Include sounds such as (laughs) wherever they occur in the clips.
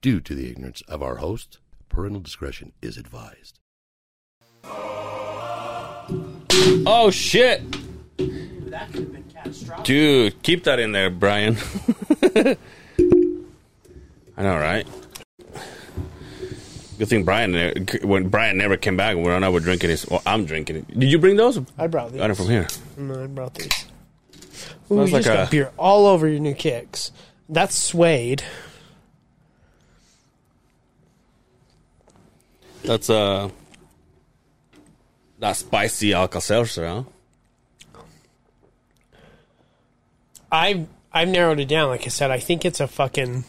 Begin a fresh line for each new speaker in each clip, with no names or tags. due to the ignorance of our host. Parental discretion is advised.
Oh shit,
That could have been catastrophic.
dude! Keep that in there, Brian. (laughs) I know, right? Good thing Brian ne- when Brian never came back. When I were drinking his, well, I'm drinking it. Did you bring those?
I brought these.
Got it from here.
No, I brought these. Ooh, you
like
just got
a-
beer all over your new kicks. That's suede.
That's uh, that spicy Alka Seltzer, huh?
I've I've narrowed it down. Like I said, I think it's a fucking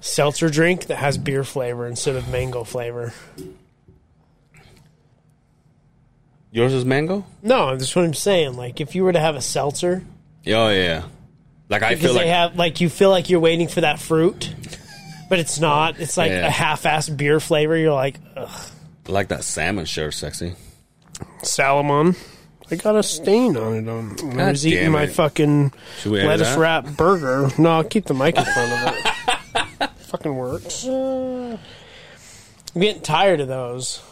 seltzer drink that has beer flavor instead of mango flavor.
Yours is mango.
No, that's what I'm saying. Like if you were to have a seltzer,
Oh yeah. Like I
because
feel like
they have like you feel like you're waiting for that fruit, but it's not. It's like
Yeah.
a half-ass beer flavor. You're like ugh,
I like that salmon shirt, sexy.
Salomon. I got a stain on it. On when I was
God
eating
damn
my
it.
fucking
Should we edit
lettuce
that?
wrap burger. No, I'll keep the mic in front of it.
(laughs)
fucking works. I'm getting tired of those.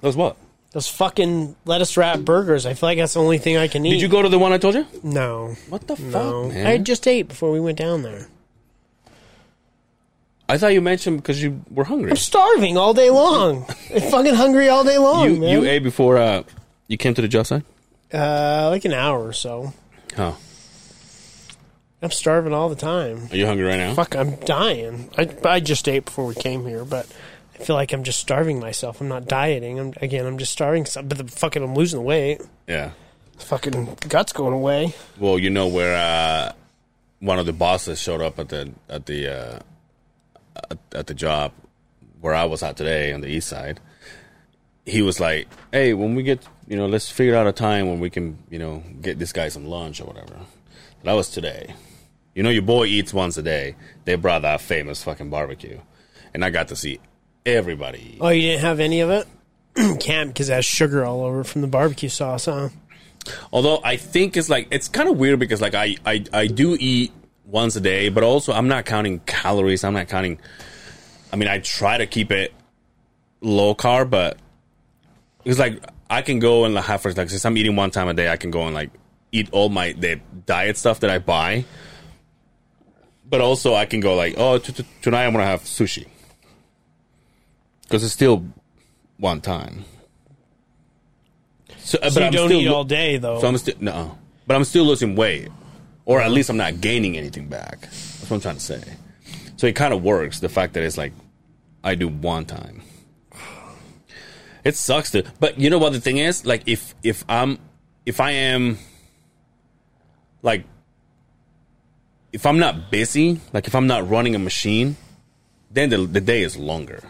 That's what.
Those fucking lettuce wrap burgers. I feel like that's the only thing I can eat.
Did you go to the one I told you?
No,
What the
no.
fuck, man?
I just ate before we went down there.
I thought you mentioned because you were hungry.
I'm starving all day long. I'm fucking hungry all day long,
you
man.
you ate before uh, you came to the job site.
uh, like an hour or so.
Oh,
I'm starving all the time.
are you hungry right now?
Fuck, I'm dying. I I just ate before we came here, but I feel like I'm just starving myself. I'm not dieting. I'm again. I'm just starving. Some, but the fucking, I'm losing the weight.
Yeah.
Fucking guts going away.
Well, you know where uh, one of the bosses showed up at the at the uh, at, at the job where I was at today on the east side. He was like, "Hey, when we get, you know, let's figure out a time when we can, you know, get this guy some lunch or whatever." That was today. You know, your boy eats once a day. They brought that famous fucking barbecue, and I got to see everybody eat.
Oh, you didn't have any of it? (clears throat) Can't because it has sugar all over it from the barbecue sauce, huh?
Although I think it's like it's kind of weird because like I, I I do eat once a day, but also I'm not counting calories. I'm not counting. I mean, I try to keep it low carb, but it's like I can go and like have for like since I'm eating one time a day, I can go and like eat all my the diet stuff that I buy. But also, I can go like, oh, t- t- tonight I'm gonna have sushi because it's still one time. So, uh,
So you
I'm
don't
still
eat
lo-
all day though.
so I'm still no, but I'm still losing weight, or at least I'm not gaining anything back. That's what I'm trying to say. So it kind of works. The fact that it's like I do one time. It sucks to, but you know what the thing is? Like if if I'm if I am like if I'm not busy, like if I'm not running a machine, then the the day is longer.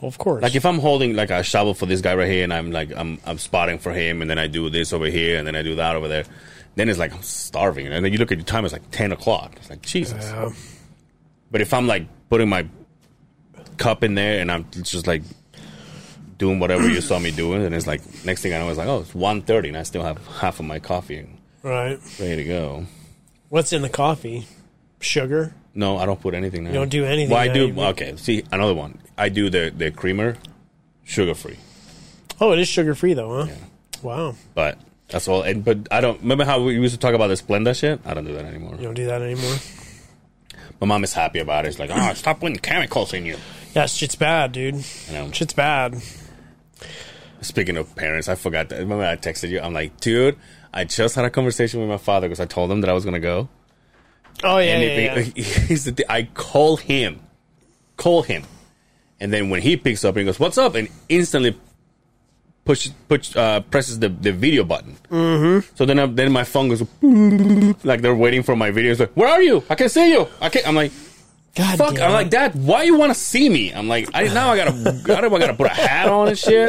Well, of course.
Like if I'm holding like a shovel for this guy right here, and I'm like I'm I'm spotting for him, and then I do this over here, and then I do that over there, then it's like I'm starving, and then you look at your time, it's like ten o'clock. It's like Jesus.
Yeah.
But if I'm like putting my cup in there, and I'm just like doing whatever you saw me doing, and it's like next thing I know, it's like oh, it's 1.30 and I still have half of my coffee and
right.
ready to go.
What's in the coffee? Sugar.
No, I don't put anything. Now. You
don't do anything
Well, I
now,
do.
you mean?
Okay, see another one. I do the the creamer, sugar free.
Oh, it is sugar free though, huh? Wow.
But that's all. And but I don't remember how we used to talk about the Splenda shit. I don't do that anymore.
You don't do that anymore.
My mom is happy about it. She's like, oh, stop putting chemicals in you.
Yeah, shit's bad, dude.
You know.
Shit's bad.
Speaking of parents, I forgot that. Remember I texted you. I'm like, dude, I just had a conversation with my father because I told him that I was gonna go.
Oh yeah,
And
yeah,
if (laughs)
yeah.
he- he's the thing- I call him, call him, and then when he picks up, he goes, "What's up?" and instantly push, push, uh, presses the, the video button. Mm-hmm. So then, I, then my phone goes (laughs) like they're waiting for my video. It's like, "Where are you? I can't see you. I can't." I'm like,
God
"Fuck!"
damn
I'm
it.
like, "Dad, why you want to see me?" I'm like, "I now I gotta, (laughs) I don't, I gotta put a hat on and
(laughs)
shit."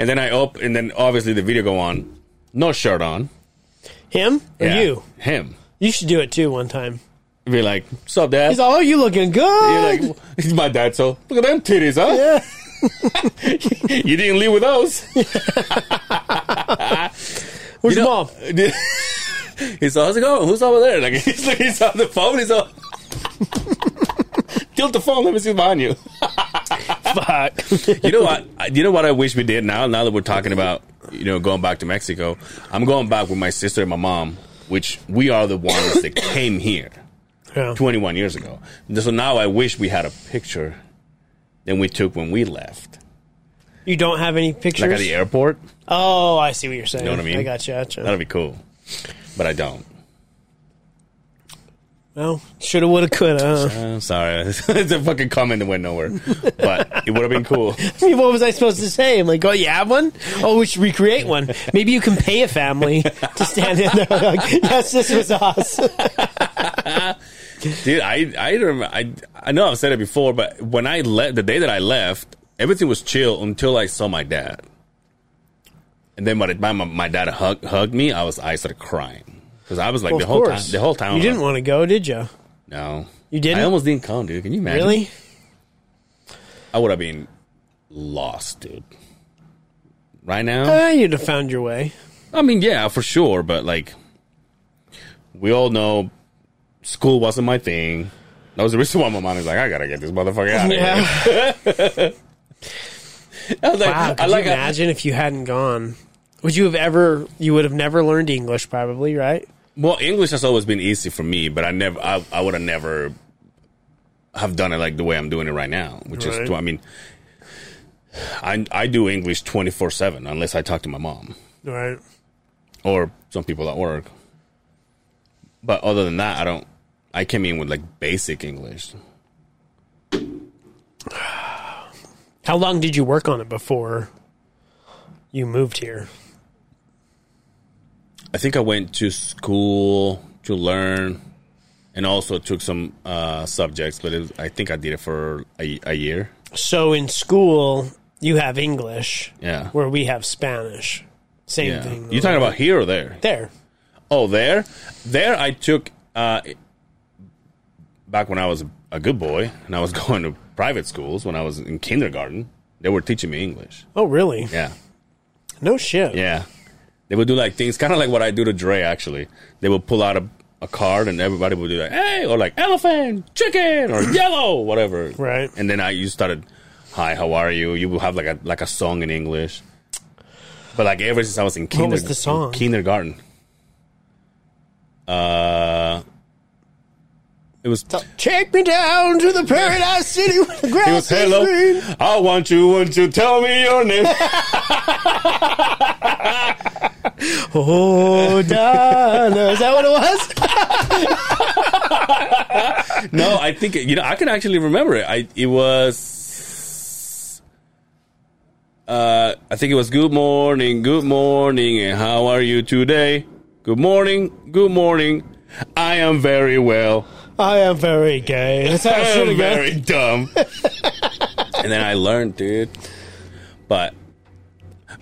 And then I up, and then obviously the video go on, no shirt on.
him or
Yeah.
you.
him.
You should do it too one time.
Be like, "What's up, Dad?"
He's all, oh, you looking
You're like,
good.
"Well," my dad. So look at them titties, huh?
yeah.
You didn't leave with those.
(laughs) Where's
You (laughs) know-
mom?
(laughs) he's all, how's it going? Who's over there? Like he's, like, he's on the phone. He's all, tilt the phone. Let me see what's (laughs) behind you.
Fuck.
You know what? I- You know what I wish we did now. Now that we're talking about you know going back to Mexico, I'm going back with my sister and my mom, which we are the ones that came here
yeah.
21 years ago. So now I wish we had a picture than we took when we left,
You don't have any pictures?
like at the airport.
oh, I see what you're saying.
You know what I mean?
I gotcha. gotcha.
That'd be cool, but I don't.
Well, shoulda, woulda, (laughs) coulda.
I'm Uh, sorry, (laughs) it's a fucking comment that went nowhere, but it would have been cool.
I mean, what was I supposed to say? I'm like, oh, you have one? Oh, we should recreate one. Maybe you can pay a family to stand in there. (laughs) Like, yes, this was us.
Dude, I I remember, I I know I've said it before, but when I left the day that I left, everything was chill until I saw my dad. And then by the time my, my dad hug, hugged me, I was I started crying because I was like
Well,
the
of
whole
course.
time the whole time I
You
was
didn't
like,
want to go, did you?
no
You didn't?
I almost didn't come, dude. Can you imagine?
Really?
I would have been lost, dude. Right now,
Uh, you'd have found your way.
I mean, yeah, for sure, but like, we all know school wasn't my thing. That was the reason why my mom is like, I gotta get this motherfucker out of here.
Yeah.
I was like,
Wow. Could
I like
you imagine if you hadn't gone? Would you have ever? You would have never learned English, probably, right?
well, English has always been easy for me, but I never, I, I would have never have done it like the way I'm doing it right now, which
Right.
is, I mean, I I do English twenty four seven unless I talk to my mom
Right.
or some people at work. But other than that, I don't. I came in with like basic English.
How long did you work on it before you moved here?
I think I went to school to learn, and also took some uh, subjects. But it was, I think I did it for a, a year.
So in school, you have English,
Yeah.
where we have Spanish. Same
Yeah.
thing.
You talking about here or there?
there?
Oh, there, there. I took uh, back when I was a good boy and I was (laughs) going to private schools when I was in kindergarten. They were teaching me English.
Oh, really?
Yeah,
No shit.
yeah. They would do like things, kind of like what I do to Dre. Actually, they would pull out a, a card and everybody would do like, "Hey," or like "elephant," "chicken,"
(clears throat)
or "yellow," whatever.
Right.
And then I you started, "Hi, how are you?" You would have like a like a song in English. But like ever since I was in
What
kindergarten,
was the song?
kindergarten. Uh, it was
Take me down to the paradise city where the grass
it was
is
hello.
green.
I want you, want you, tell me your name.
Oh, Donna. Is that what it was? (laughs)
no, I think it- you know I can actually remember it. I it was. Uh, I think it was good morning, good morning, and how are you today? Good morning, good morning. I am very well.
I am very gay. That's how
I
I should
am
have
very dumb. and then I learned, dude. But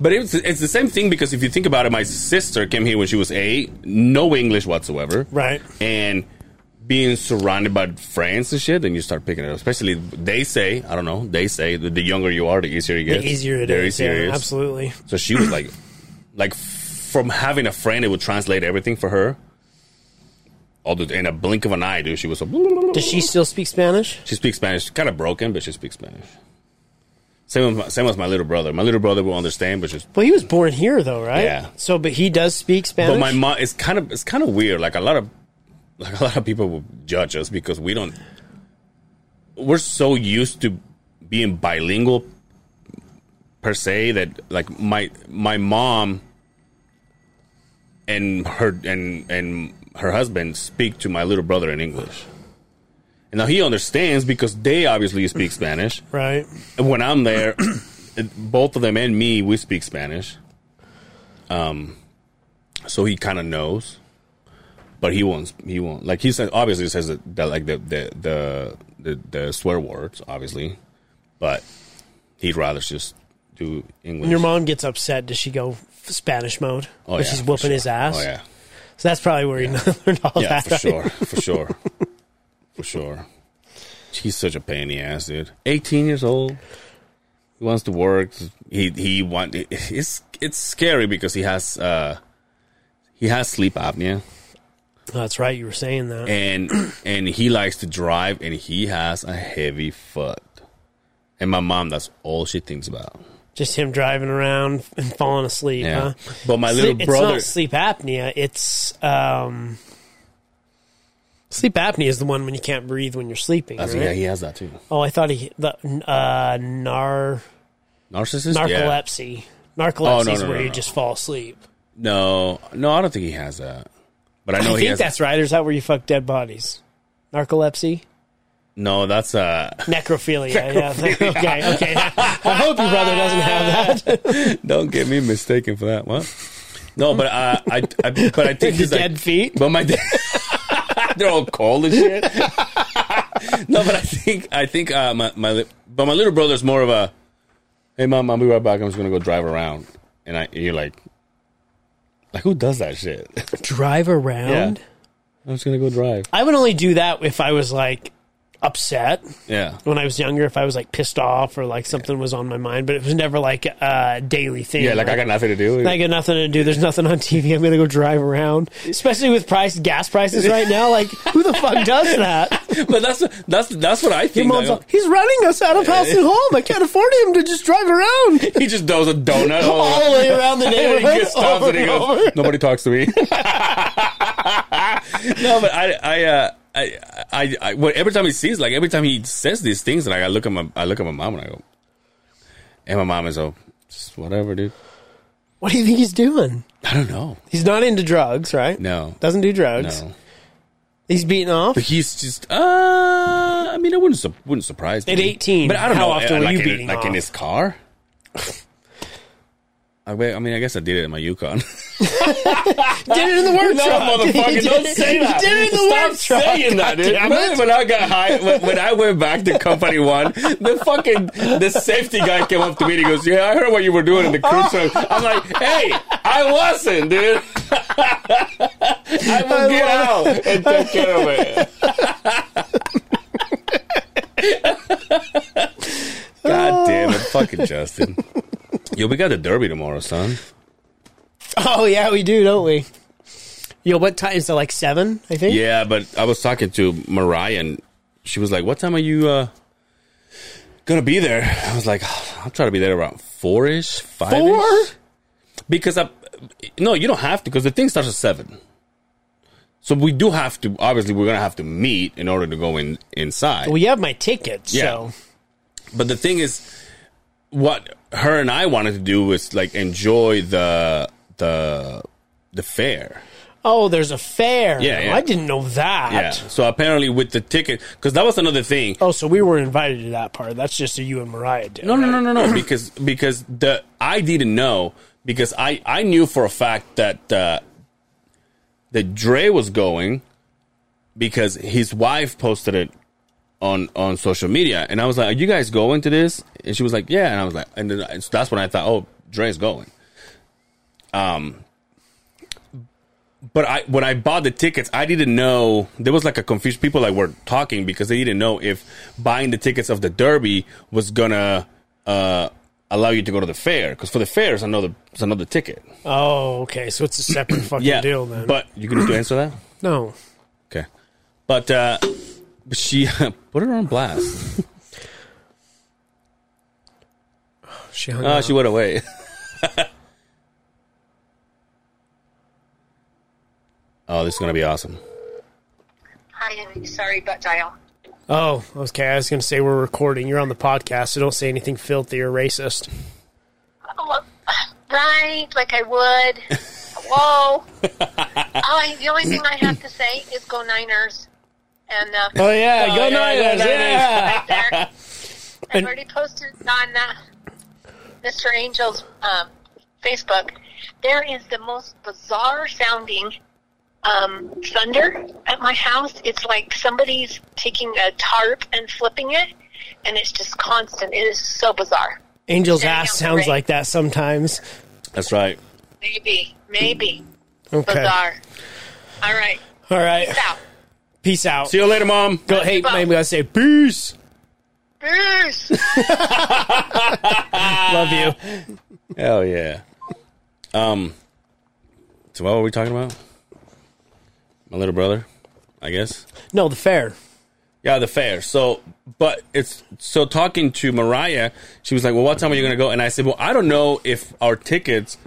but it's it's the same thing because if you think about it, my sister came here when she was eight, no English whatsoever,
Right.
And being surrounded by friends and shit, then you start picking it up. Especially they say, I don't know, they say that the younger you are, the easier you get.
The easier it is.
Very
yeah,
serious.
absolutely.
So she was like, like from having a friend that would translate everything for her. All the, in a blink of an eye, dude, she was a.
Does she still speak Spanish?
(laughs) She speaks Spanish, kind of broken, but she speaks Spanish. Same with my, same with my little brother. My little brother will understand, but just
Well, he was born here, though, right?
Yeah.
So, but he does speak Spanish.
but my mom it's kind of it's kind of weird. Like a lot of like a lot of people will judge us because we don't we're so used to being bilingual per se that like my my mom and her and and her husband speak to my little brother in English. And now he understands because they obviously speak Spanish.
right.
when I'm there, (clears throat) it- both of them and me, we speak Spanish. Um, so he kind of knows, but he won't. He won't. Like he says, obviously says that, that like the the, the the the swear words, obviously, but he'd rather just do English.
When your mom gets upset, does she go f- Spanish mode?
Oh,
Where
yeah,
she's
for
whooping
sure.
his ass.
Oh yeah,
So that's probably where he learned (laughs) all
yeah,
that.
for sure, for sure, for sure. He's such a pain in the ass, dude. Eighteen years old. He wants to work. He he want. It's it's scary because he has uh he has sleep apnea,
That's right. You were saying that.
and (clears throat) and he likes to drive and he has a heavy foot and my mom that's all she thinks about
Just him driving around and falling asleep.
yeah
Huh?
but my
Sleep-
little brother
Uh-huh. It's not sleep apnea. It's um, sleep apnea is the one when you can't breathe when you're sleeping.
that's-
right?
yeah he has that too
Oh, I thought he the uh, nar
narcissist yeah
narcolepsy. Narcolepsy
Oh, no,
is
no,
where
no,
you
no.
just fall asleep.
no no i don't think he has that but i know
I
he
think
has
that's right. Or is that where you fuck dead bodies?
(laughs)
Narcolepsy,
no that's uh
necrophilia. Yeah. (laughs) okay, okay. I hope your brother doesn't have that.
(laughs) Don't get me mistaken for that. What? No, but uh, I, I, but
(laughs)
I think he's like-
Dead feet?
But my, dad, (laughs) they're all cold and shit. (laughs) no, but I think I think uh, my my, li- but my little brother's more of a, hey mom, I'll be right back. I'm just gonna go drive around, and I and you're like, like who does that shit? (laughs)
Drive around.
I'm just gonna go drive.
I would only do that if I was like upset.
Yeah,
when I was younger if I was like pissed off or like something was on my mind, but it was never like a daily thing.
yeah. Like I got nothing to do.
I got nothing to do. There's nothing on TV. I'm gonna go drive around, especially with price gas prices right now. Like, who the fuck does that?
but that's that's that's what I
Your
think.
mom's
like,
like, he's running us out
(laughs)
of house and home. I can't afford him to just drive around
he just does a
(laughs)
donut
all the way around the
Oh. (laughs) And
neighborhood.
he just stops
over
and he
and
goes,
over.
"Nobody talks to me." (laughs) no, but I, I, uh, I, I, I well, every time he sees, like every time he says these things, and like, I look at my, I look at my mom and I go, and my mom is all, "Just whatever, dude.
What do you think he's doing?
I don't know.
He's not into drugs, right?
No,
Doesn't do drugs.
no.
He's beaten
(laughs)
off.
But he's just, uh, I mean, it wouldn't, su- wouldn't surprise me.
At 18,
but I don't
how
know,
often
uh,
were
like
you
in,
beating
like in
off?
his
(laughs)
car. I wait- I mean, I guess I did it in my Yukon.
Did it in the work
No,
truck. He
motherfucker,
(laughs) did
don't
it-
say that.
He did it in the
Stop
work truck.
saying that, dude.
Goddamn it.
Remember when I got high, when, when I went back to company one, the fucking the safety guy came up to me and he goes, "Yeah, I heard what you were doing in the cruise truck." I'm like, "Hey, I wasn't, dude. (laughs) I will get out and take care of it."
(laughs)
God damn it, fucking Justin. Yo, we got the derby tomorrow, son.
Oh yeah, we do, don't we? Yo, what time is it? Like seven, I think.
Yeah, but I was talking to Mariah and she was like, "What time are you uh, gonna be there?" I was like, "I'll try to be there around four ish, five
Four?
Because I, no, you don't have to because the thing starts at seven. So we do have to. Obviously, we're gonna have to meet in order to go in inside.
Well, you have my ticket,
Yeah.
so
But the thing is, what her and I wanted to do was like enjoy the the the fair.
oh, there's a fair.
Yeah, yeah.
I didn't know that.
Yeah. So apparently, with the ticket, because that was another thing.
Oh, so we were invited to that part. That's just a you and Mariah did.
No, no, no, no, no. because because the I didn't know because I I knew for a fact that uh, that Dre was going because his wife posted it on on social media, and I was like, "Are you guys going to this?" And she was like, "Yeah," and I was like, and then and so that's when I thought, "Oh, Dre's going." Um. But I when I bought the tickets, I didn't know there was like a confused people like were talking because they didn't know if buying the tickets of the Derby was gonna uh, allow you to go to the fair because for the fair is another it's another ticket.
Oh, okay. So it's a
(clears throat)
separate fucking
Yeah,
deal then.
but you can just answer that.
no,
Okay. But uh, she (laughs) put her on
(laughs)
blast.
she hung
Oh,
up.
she went away. (laughs) oh, this is going to be awesome.
Hi, I'm sorry, but dial.
Oh, okay. I was gonna say we're recording. You're on the podcast, so don't say anything filthy or racist.
Oh, right, like I would. Whoa. I, the only thing I have to say is go Niners. And uh,
(laughs) Oh yeah,
go Niners, yeah.
there, I've
And-
already posted on uh, Mr. Angel's um, Facebook. There is the most bizarre sounding um, thunder at my house. It's like somebody's taking a tarp and flipping it, and it's just constant. It is so bizarre.
Angel's
Yeah,
ass
yeah,
sounds
right.
like that sometimes.
That's right.
Maybe, maybe.
Okay.
Bizarre. All right.
All right.
Now,
Peace out.
See you later, mom.
Go. Hey,
Bye.
maybe I say peace.
Bruce.
Love you.
Hell yeah. Um. So what were we talking about? My little brother, I guess.
No, the fair.
Yeah, the fair. So, but it's so talking to Mariah, she was like, "Well, what time are you gonna go?" And I said, "Well, I don't know if our tickets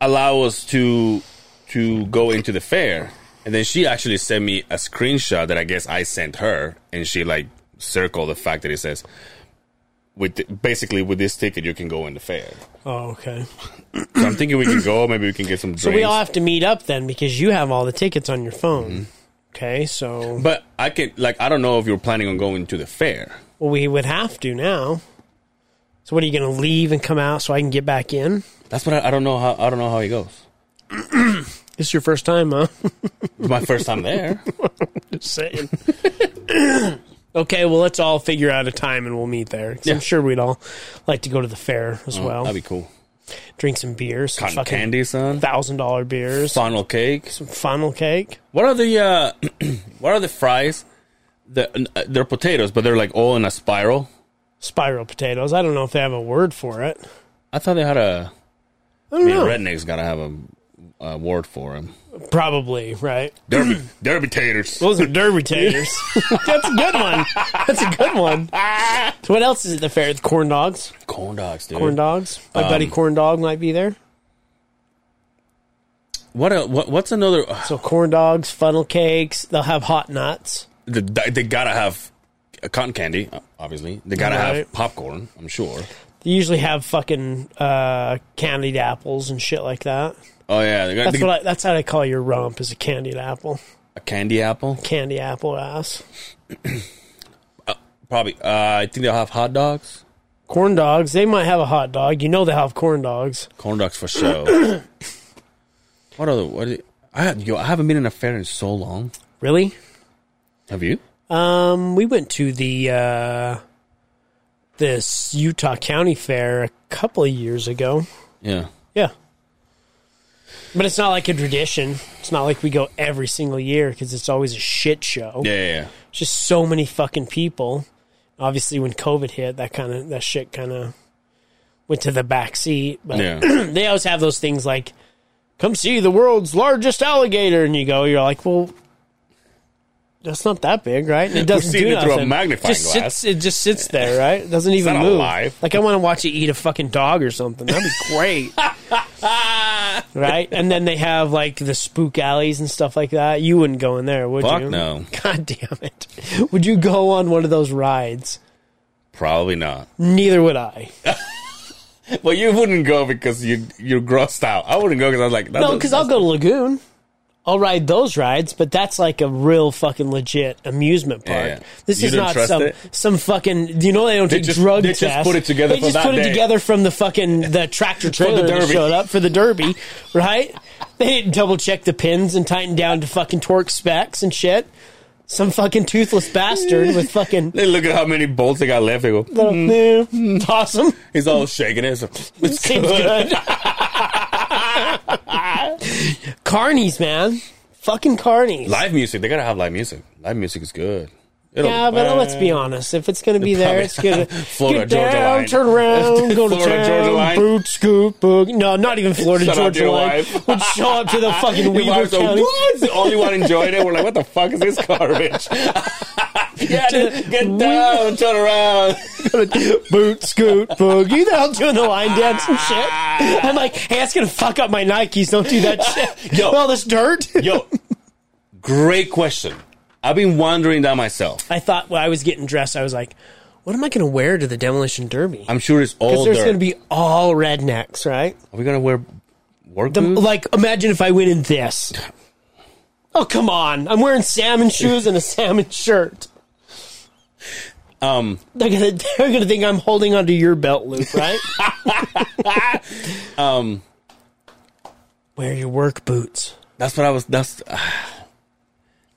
allow us to to go into the fair." And then she actually sent me a screenshot that I guess I sent her, and she like circled the fact that it says, "With basically with this ticket, you can go in the fair."
Oh, okay.
So I'm thinking we can go. Maybe we can get some drinks.
So we all have to meet up then because you have all the tickets on your phone.
Mm-hmm.
Okay, so
but I can like I don't know if you're planning on going to the fair.
well, we would have to now. So what are you going to leave and come out so I can get back in?
That's what I, I don't know how I don't know how he goes.
This is your first time, huh?
It's my first time there.
(laughs) Just saying. okay, well, let's all figure out a time and we'll meet there. 'Cause
Yeah. Oh,
I'm sure we'd all like to go to the fair as well.
that'd be cool.
Drink some beers, some
Cotton candy, son.
thousand dollar beers,
Funnel cake.
some funnel cake.
What are the uh, (clears throat) what are the fries? The, uh, they're potatoes, but they're like all in a spiral.
spiral potatoes. I don't know if they have a word for it.
I thought they had a.
I don't
I mean,
know.
redneck's gotta have a, a word for them.
Probably right. (clears throat)
Derby, derby taters.
Those are derby taters. That's a good one. That's a good one. So what else is at the fair? The corn dogs.
Corn dogs, dude.
Corn dogs. My buddy corn dog might be there.
What, a, what? What's another?
So corn dogs, funnel cakes. They'll have hot nuts.
The, they gotta have uh, cotton candy, uh, obviously. They gotta have
Right.
popcorn. I'm sure.
They usually have fucking uh, candied apples and shit like that.
Oh yeah, they got
That's
they-
what I, that's how I call your rump is a candied apple,
a candy apple.
candy apple ass.
Probably. Uh, I think they'll have hot dogs.
Corn dogs. They might have a hot dog. You know they have corn dogs.
Corn dogs for
(coughs)
sure. what other? What? Is, I had, yo, I haven't been in a fair in so long.
Really?
Have you?
Um, we went to the uh, this Utah County Fair a couple of years ago.
Yeah.
Yeah, but it's not like a tradition. It's not like we go every single year because it's always a shit show.
Yeah, yeah, yeah.
It's just so many fucking people. Obviously, when COVID hit, that kind of that shit kind of went to the back seat. (coughs) But
Yeah.
(clears throat) they always have those things like, "Come see the world's largest alligator," and you go, you're like, "Well, that's not that big, right?"
(laughs)
And it doesn't
seen
do
it through a
nothing.
magnifying
just
glass.
Sits, it just sits there, right? It doesn't even
not
move.
alive.
Like I want to watch it eat a fucking dog or something. That'd
(laughs)
be great. right? And then they have like the spook alleys and stuff like that. You wouldn't go in there, would
Fuck
you?
no.
God damn it. Would you go on one of those rides?
Probably not.
Neither would I.
Well, you wouldn't go because you you're grossed out. I wouldn't go because I was like, that
No,
looks-
because I'll go to Lagoon. I'll ride those rides, but that's like a real fucking legit amusement park.
Yeah, yeah.
This
You
is
don't
not
trust
some
it?
some fucking. You know they don't take
just-
drug
they
tests.
just put it together
They
for
just
that
put it
day.
together from the fucking the
(laughs)
tractor trailer that
derby.
showed up for the derby, right? They didn't double check the pins and tighten down to fucking torque specs and shit. Some fucking toothless bastard with
(laughs)
fucking
They look at how many bolts they got left. They go,
little
Mm-hmm.
mm, (laughs) toss 'em.
he's all shaking it. It's
Seems good. Carnies, man. Fucking carnies.
Live music. They gotta have live music. Live music is good. It'll-
yeah, but let's be honest. If it's going to be there,
(laughs)
it's going to
Florida,
get
Georgia
down,
line.
turn around, go to
Florida, Georgia
town,
line.
boot, scoop, boog. No, not even Florida,
Shout out to
Georgia
your
line.
wife.
Would show up
(laughs)
to the fucking
Your
Weaver
wife's like,
County.
"What?" The only one enjoyed it. We're like, what the fuck is this garbage? (laughs) yeah, dude, get down, turn around. (laughs)
(laughs) boot, scoot, boog. You know, I'm doing the line dance and shit. I'm like, hey, that's going to fuck up my Nikes. Don't do
(laughs)
that shit.
Yo.
All this dirt.
Yo, great question. I've been wondering that myself.
I thought when I was getting dressed, I was like, what am I going to wear to the demolition derby?
I'm sure it's all
Because there's
dirt.
going to be all rednecks, right?
Are we gonna wear work
The,
boots?
like, imagine if I went in this. Oh, come on. I'm wearing salmon shoes and a salmon shirt.
Um,
They're going to they're gonna think I'm holding onto your belt loop,
(laughs)
right? um,
Um,
Wear your work boots.
that's what I was. That's. (sighs)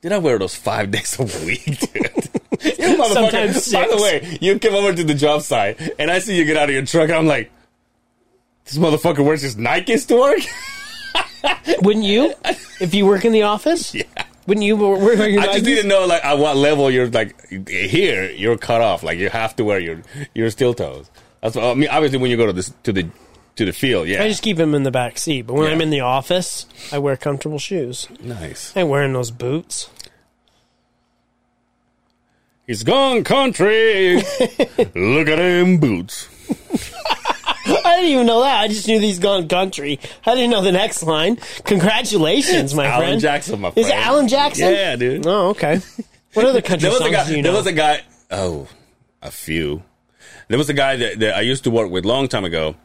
did I wear those five (laughs) days a week, dude? You motherfucker.
Sometimes
By
six.
the way, you came over to the job site, and I see you get out of your truck. And I'm like, this motherfucker wears his Nikes to work. (laughs)
Wouldn't you? If you work in the office? Yeah. Wouldn't you wear wear your
I just
Nikes?
need to know like at what level you're like here you're cut off like you have to wear your your steel toes. That's what, I mean. Obviously, when you go to this to the to the field. Yeah,
I just keep them in the back seat. But when
Yeah.
I'm in the office, I wear comfortable shoes.
nice.
I ain't wearing those boots. (laughs)
He's gone country. Look at him boots.
I didn't even know that. I just knew these gone country. I didn't know the next line. Congratulations, my
Alan
friend.
Jackson, my friend.
Is it Alan Jackson?
Yeah, dude.
Oh, okay.
(laughs)
What other country
there was a
songs
guy.
do you
there
know?
was a guy. Oh, a few. There was a guy that, that I used to work with long time ago,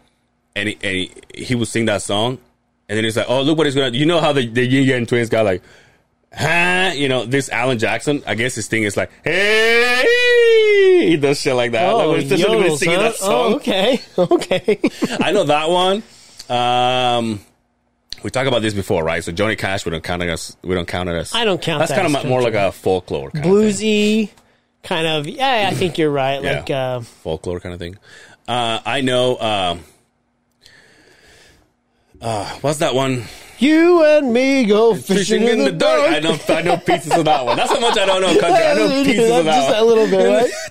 and he, and he, he would sing that song, and then he's like, "Oh, look what he's gonna." You know how the the Yin Yang Twins got like, huh? You know this Alan Jackson. I guess his thing is like, hey, he does shit like that.
oh,
like, he's just gonna be
yodels,
singing
huh?
that song.
Oh, okay. (laughs) Okay.
I know that one. Um, we talked about this before, right? So Johnny Cash, we don't count it as we don't count it as.
I don't count
That's
that
kind
as
of more like a folklore kind of thing.
Bluesy, kind of. Yeah, I think you're right.
Yeah.
Like, uh,
folklore kind of thing. Uh, I know. Um, uh, what's that one?
you and me go fishing, in, the, dark.
I know. I know pieces of that one. That's how much I don't know. Country. I know
That's
pieces of that
(laughs) just
one.
a little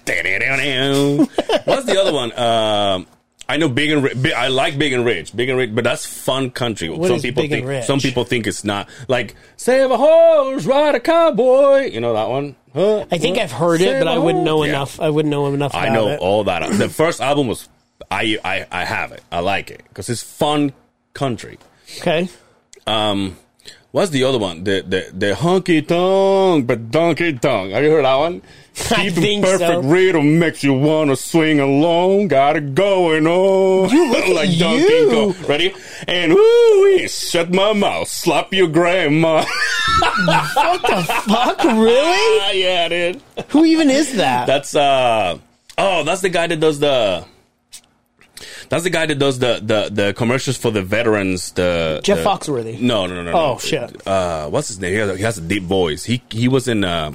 bit, right?
(laughs) What's the other one? Um, I know big and rich. Big, I like big and rich, big and rich, but that's fun country.
What
some
is
people
big and
think
rich?
some people think it's not like save a horse, ride a cowboy. You know that one? Huh?
I think I've heard it, but I wouldn't know
Yeah.
enough. I wouldn't know enough. About
I know
It.
all that. The first album was I I, I have it. I like it because it's fun country.
Okay.
Um, what's the other one? The the the honky tonk, but donkey tonk. Have you heard that one?
(laughs) I
Keeping
think
perfect
so.
rhythm makes you wanna swing along. Got it going on. You look (laughs) like
at
Donkey
you.
Kong. Ready? And woo Shut my mouth. Slap your grandma. (laughs)
Fuck, (laughs) really?
Ah, yeah, dude.
Who even is that?
That's uh oh, that's the guy that does the. That's the guy that does the the, the commercials for the veterans. The
Jeff
the-
Foxworthy.
No, no, no, no.
Oh,
no.
shit.
Uh, what's his name? He has, a- he has a deep voice. He he was in uh,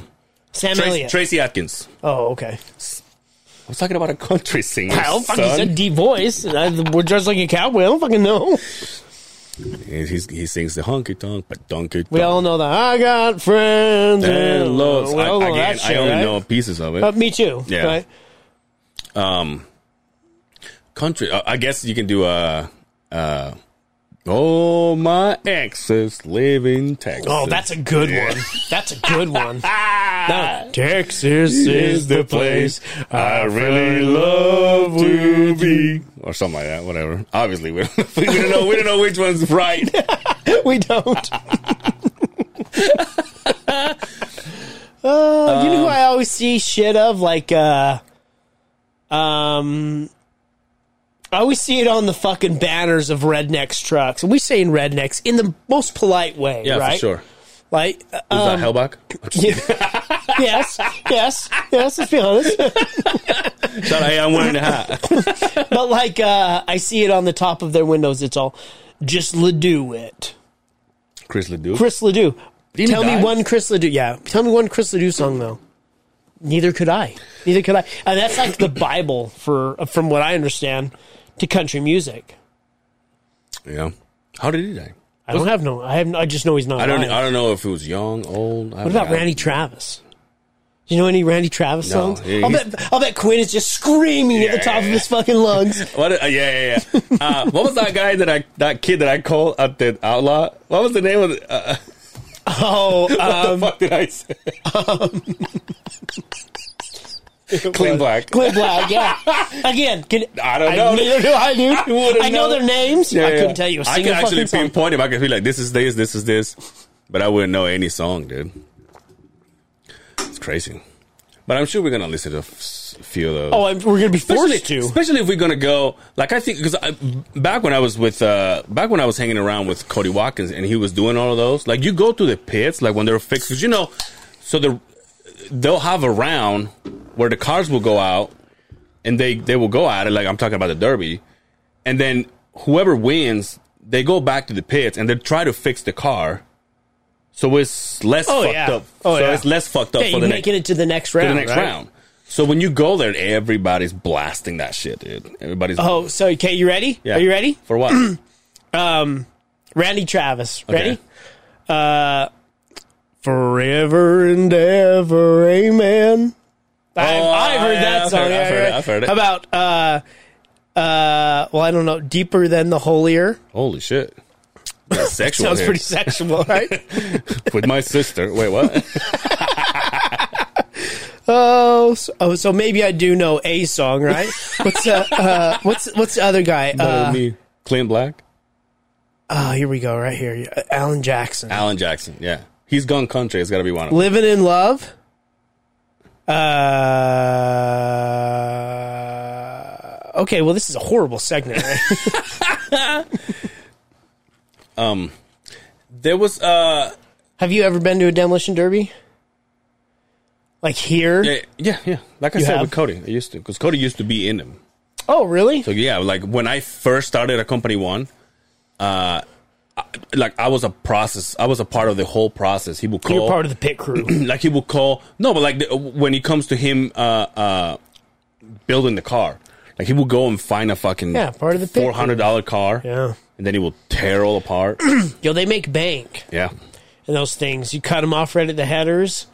Sam
Tracy,
Elliott.
Tracy Atkins.
oh, okay.
I was talking about a country singer.
Wow, fuck, you
son.
said deep voice. and I- We're dressed like a cowboy. I don't fucking know.
(laughs) He- he's- he sings the honky tonk, but donkey tonk.
We all know that. I got friends
and loads.
We
I,
all know
again,
that
I
shit,
only
right?
know pieces of it.
Uh, me too.
Yeah.
Right?
country. Uh, I guess you can do a. Uh, uh, oh, my exes live in Texas.
Oh, that's a good one. That's a
(laughs)
good one. That- Texas
is the place I really love to be, or something like that. Whatever. Obviously, we (laughs) don't, we don't know. We don't know which one's right. (laughs)
We don't. uh, you know who
Um,
I always see shit of? Like, uh, um, I always see it on the fucking banners of rednecks trucks. And we saying rednecks in the most polite way,
Yeah,
right?
for sure. Is
Like, uh,
that Hellbach? (laughs)
yes, yes, yes, let's be honest.
Shout out, hey, I'm wearing a hat.
but like, uh, I see it on the top of their windows. It's all just Ledoux it.
Chris Ledoux.
Chris Ledoux.
he
Tell
die?
me one Chris Ledoux. Yeah, tell me one Chris Ledoux song though. Neither could I. Neither could I. And that's like the Bible for, from what I understand, to country music.
Yeah. How did he die?
I don't have no. I have. no- I just know he's not.
I don't. e,
alive.
I don't know if it was young, old.
what about Randy Travis? Do you know any Randy Travis
No,
songs?
he-
I'll bet. I'll bet Quinn is just screaming at the top of his fucking
(laughs)
lungs.
What? Uh, yeah, yeah, yeah. (laughs) Uh, what was that guy that I that kid that I called at the outlaw? What was the name of? The, uh,
Oh, (laughs)
what
uh,
the fuck did I say? um, (laughs) Clean black.
Clint Black. Yeah. Again, can,
I don't know.
neither do I, dude.
(laughs) You wouldn't
I know,
know.
their names.
Yeah,
I
yeah.
couldn't tell you a
I
single
could actually
fucking song.
pinpoint him. I could be like, this is this, this is this, but I wouldn't know any song, dude. It's crazy, but I'm sure we're gonna listen to a f- few of those.
Oh, I'm, we're gonna be forced
especially,
to.
especially if we're gonna go. Like I think because back when I was with uh, back when I was hanging around with Cody Watkins and he was doing all of those. Like you go to the pits, like when they're fixed, because you know, so the they'll have a round where the cars will go out and they they will go at it. Like I'm talking about the Derby, and then whoever wins, they go back to the pits and they try to fix the car. So it's less
Oh,
fucked
yeah.
up.
Oh,
so
yeah.
it's less fucked up
Yeah,
for
you're
the next
making it to the next round.
to the next
right?
round. So when you go there, everybody's blasting that shit, dude. Everybody's.
Oh, so okay, you ready?
Yeah.
Are you ready?
for
(clears throat)
what?
Um, Randy Travis, ready?
Okay.
Forever and ever, amen. I've,
Oh,
I've heard
yeah,
that
I've
song.
heard it,
yeah,
I've heard it,
yeah.
I've heard it.
About uh, Uh, well, I don't know. Deeper than the holier.
Holy
(laughs)
shit. That's sexual.
Sounds
here.
pretty sexual, (laughs) right?
(laughs) With my sister. Wait,
(laughs)
what?
oh, so, oh, so maybe I do know a song, right? What's uh, uh what's what's the other
(laughs)
guy? Uh,
me. Clint Black?
oh, here we go, right here. Uh, Alan Jackson.
Alan Jackson, yeah. He's gone country. It's got to be one of them.
Living in Love. Uh, okay, well, this is a horrible segment. Right?
Um, There was, uh,
(laughs) Have you ever been to a demolition derby? Like here?
yeah, yeah. yeah. Like I
You
said
have?
with Cody, I used to, because Cody used to be in them.
Oh, really?
So yeah, like when I first started at Company One, uh, I, like I was a process. I was a part of the whole process. He would call,
You're part of the pit crew.
(clears throat) like he would call. No, but like the, when it comes to him uh, uh, building the car, like he would go and find a fucking
Yeah, part of the pit crew.
four hundred dollar car,
Yeah.
and then he will tear all apart.
(clears throat)
(clears throat)
Yo, they make bank
yeah,
and those things. You cut them off right at the headers,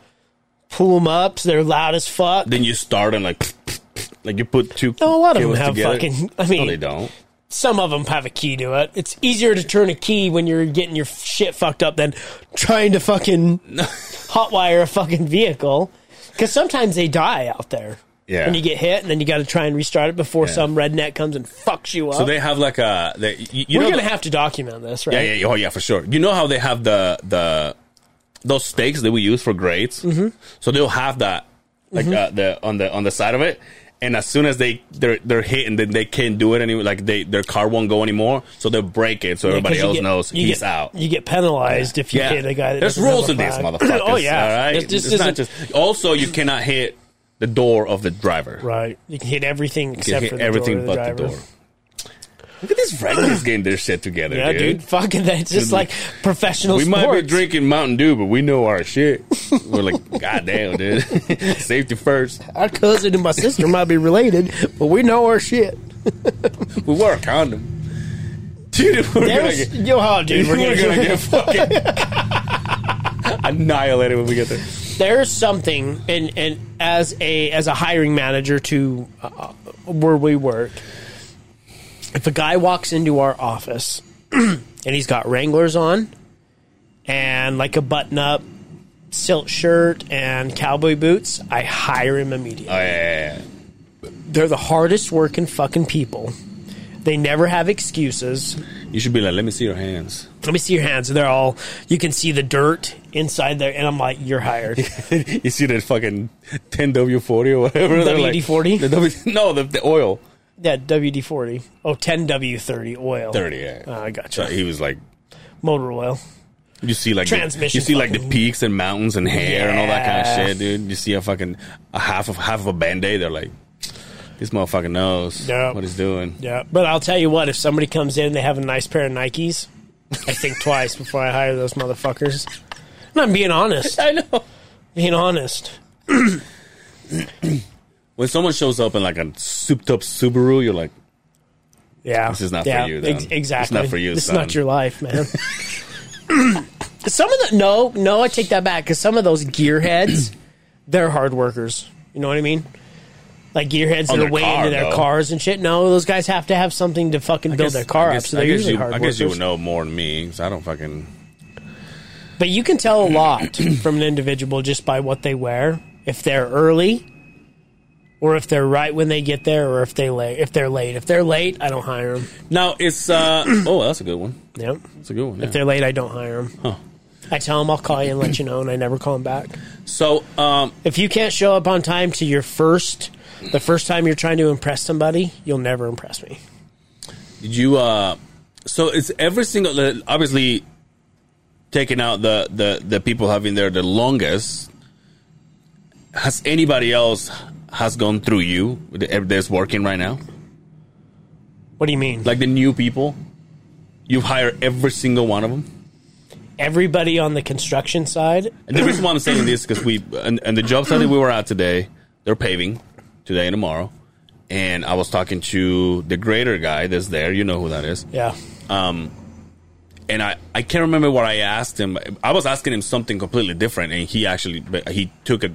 pull them up, so they're loud as fuck.
then you start and like (clears throat) like you put two.
No, a lot of them
cables
have
together.
fucking- I mean-
no, they don't.
Some of them have a key to it. It's easier to turn a key when you're getting your shit fucked up than trying to
(laughs)
fucking hotwire a fucking vehicle. Because sometimes they die out there.
Yeah.
And you get hit, and then you got to try and restart it before
Yeah.
some redneck comes and fucks you up.
So they have like a. They, you, you
We're
know
going to
the-
have to document this, right?
Yeah, yeah, yeah. oh yeah, for sure. You know how they have the the those stakes that we use for grades. Mm-hmm. So they'll have that like
Mm-hmm.
uh, the on the on the side of it, and as soon as they they're they're hit and then they can't do it anymore, like they their car won't go anymore, so they'll break it so
Yeah, 'cause
everybody
you
else
get-
knows
you
he's
get,
out.
You get penalized if you hit a guy. That
There's
doesn't have
rules
a
in this,
flag.
motherfuckers.
(laughs) oh yeah,
all right.
It's, just-
It's not
isn't-
just. Also, you cannot hit the door of the driver.
right. You can hit everything
You can
except
hit
for the
everything
door,
but
of the,
the
driver.
door. Look at these Redskins getting their shit together,
Yeah, dude. Fucking that's just like professional.
we
sports.
might be drinking Mountain Dew, but we know our shit. We're (laughs) like, God damn, dude. Safety first.
Our cousin and my sister might be related, but we know our shit.
We wear a condom. (laughs) Dude, if we're gonna
There's,
get,
yo, oh, dude,
if
we're
we're
gonna,
gonna (laughs) get fucking annihilated when we get there.
(laughs) there's something, and and as a as a hiring manager to uh, where we work, if a guy walks into our office (clears throat) and he's got Wranglers on and like a button up silt shirt and cowboy boots, I hire him immediately.
Oh, yeah, yeah, yeah.
They're the hardest working fucking people. They never have excuses.
You should be like, let me see your hands.
Let me see your hands. They're all you can see the dirt inside there, and I'm like, you're
(laughs) (laughs)
hired.
you see that fucking 10W40 or whatever? They're like-
WD-40?
The W- no, the, the oil.
yeah, WD forty. Oh, 10W thirty oil.
30, yeah.
Oh, I
So
gotcha.
he was like,
Motor oil.
You see like the,
Transmission
you see like the
fucking-
peaks and mountains and hair and all that kind
Yeah.
of shit, dude. You see a fucking a half of half of a band-aid, they're like, This motherfucker knows
Yep.
what he's doing.
Yeah, but I'll tell you what. If somebody comes in, and they have a nice pair of Nikes. I think twice before I hire those motherfuckers. And I'm being
(laughs)
honest.
I know.
Being honest.
When someone shows up in like a souped up Subaru, you're like,
Yeah,
This is not for
yeah,
you,
ex-
then.
exactly,
It's not for you,
This
son.
is not your
(laughs)
life, man. (clears throat) some of the no, no, I take that back because some of those gearheads, (clears throat) they're hard workers. You know what I mean? Like gearheads
On
that are
their
way
car,
into their
though.
cars and shit. No, those guys have to have something to fucking build their car
I
up.
guess-
So they're
I guess
usually
you,
hard
I
workers.
guess you would know more than me, 'cause I don't fucking
But you can tell a lot (clears throat) from an individual just by what they wear. If they're early, or if they're right when they get there, or if they late. If they're late, if they're late, I don't hire them.
Now it's uh (clears throat) oh that's a good one.
Yep.
That's a good one.
If
yeah.
they're late, I don't hire them. I tell them I'll call you and let you know, and I never call them back.
So um
If you can't show up on time to your first, the first time you're trying to impress somebody, you'll never impress me.
Did you uh so it's every single uh, obviously taking out the the the people having there the longest has anybody else has gone through you that- that's working right now
What do you mean?
like the new people you hire every single one of them
Everybody on the construction side,
and the reason why i'm saying this because we and, and the job site that we were at today they're paving today and tomorrow and i was talking to the grader guy that's there you know who that is
yeah,
and I, I can't remember what I asked him. I was asking him something completely different, and he actually but he took it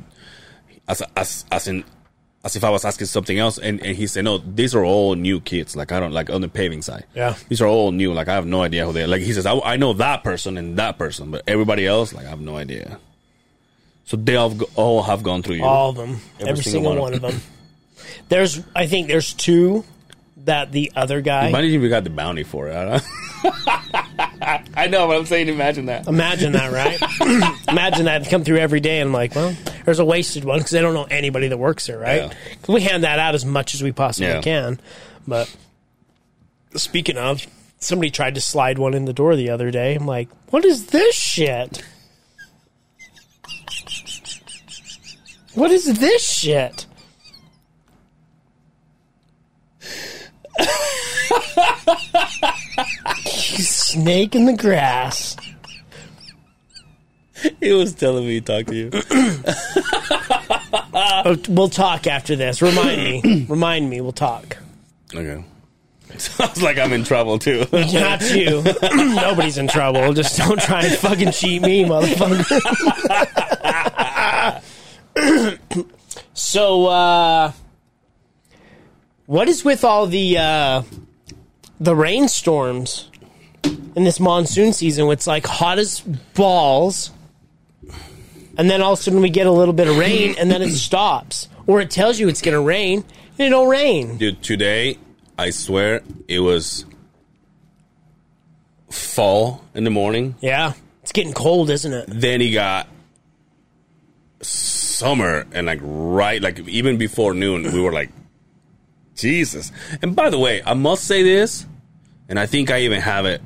as as as in as if I was asking something else, and, and he said, "No, these are all new kids. Like I don't like on the paving side.
Yeah.
these are all new. Like I have no idea who they are. Like he says, I, I know that person and that person, but everybody else, like I have no idea. So they all have, go- all have gone through you.
All of them. Every, single, one of them. There's, I think there's two that the other guy.
Imagine if we got the bounty for it. I, don't (laughs) I know, but I'm saying, imagine that.
Imagine that,
(laughs)
right? Imagine that come through every day and like, well, there's a wasted one because they don't know anybody that works there, right?
Yeah.
'Cause We hand that out as much as we possibly
Yeah.
can. But speaking of, somebody tried to slide one in the door the other day. I'm like, what is this shit? What is this shit? (laughs) Snake in the grass.
He was telling me to talk to you.
Oh, t- we'll talk after this. Remind me. Remind me. We'll talk.
okay. (laughs) Sounds like I'm in trouble too.
Not you. Nobody's in trouble. Just don't try and fucking cheat me, motherfucker. so, uh, what is with all the uh, the rainstorms in this monsoon season? It's like hot as balls, and then all of a sudden we get a little bit of rain, and then it stops, or it tells you it's going to rain, and it don't
(laughs)
rain.
Dude, today, I swear it was fall in the morning.
Yeah, it's getting cold, isn't it?
Then he got summer and like right like even before noon, we were like Jesus. And by the way, I must say this, and I think I even have it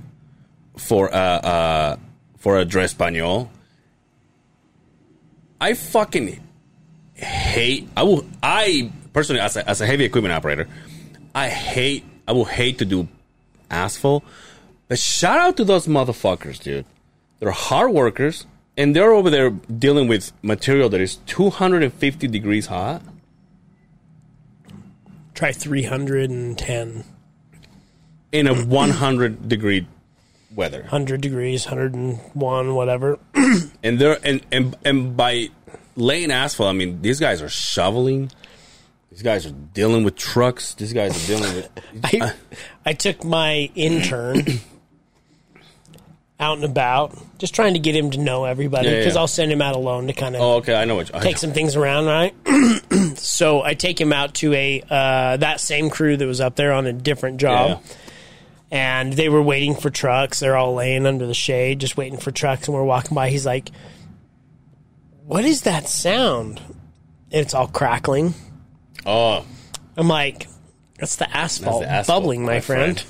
for uh uh for a dress español. I fucking hate I will I personally as a, as a heavy equipment operator, I hate I will hate to do asphalt. But shout out to those motherfuckers, dude. They're hard workers and they're over there dealing with material that is 250 degrees hot.
try 310
in a
(clears throat)
100 degree weather
100 degrees 101 whatever
and they're and and, and by laying asphalt i mean these guys are shoveling these guys are dealing with trucks these guys are dealing
(laughs)
with
I, I took my intern out and about just trying to get him to know everybody
Yeah, yeah,
because
yeah.
i'll send him out alone to kind of
oh okay i know what you, I,
take some things around right (clears throat) so i take him out to a uh, that same crew that was up there on a different job
yeah.
and they were waiting for trucks. They're all laying under the shade, just waiting for trucks. And we're walking by. He's like, "What is that sound?" And it's all crackling.
oh
I'm like, "That's the
that's
asphalt,
the asphalt,
bubbling, my, friend.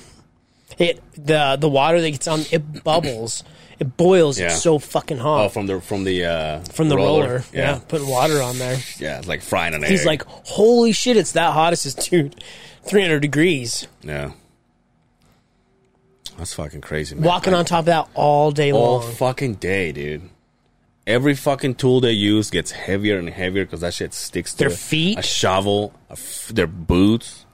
It the the water that gets on it bubbles, it boils.
Yeah.
It's so fucking
oh
hot
from the from the uh
from the roller. Yeah.
yeah
putting water on there.
yeah it's like frying an egg
He's like, "Holy shit, it's that hot!" I says, "Dude, 300 degrees."
yeah that's fucking crazy man
Walking on top of that all day
all
long.
fucking day dude Every fucking tool they use gets heavier and heavier because that shit sticks to
Their
it.
feet?
a shovel, a f- their boots.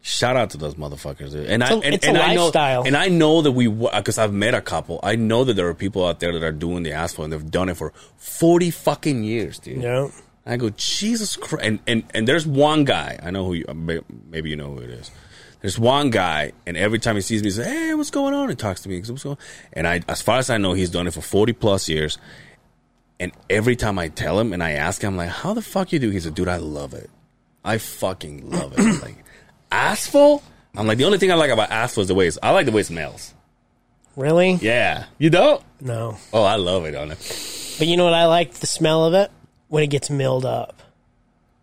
Shout out to those motherfuckers, dude. And I
It's a-
and,
it's a
and I know
lifestyle.
and I know that we because I've met a couple. I know that there are people out there that are doing the asphalt and they've done it for forty fucking years, dude.
Yeah.
I go, Jesus Christ. And, and, and there's one guy, I know who you, may- maybe you know who it is. There's one guy, and every time he sees me, he says, Hey, what's going on? He talks to me. he goes, What's going on? And I, as far as I know, he's done it for 40 plus years. And every time I tell him and I ask him, like, How the fuck you do? He said, Dude, I love it. I fucking love it. I'm like, asphalt? I'm like, The only thing I like about asphalt is the way it's, I like the way it smells.
Really?
Yeah. You don't?
No.
Oh, I love it on it.
But you know what I like the smell of it when it gets milled up.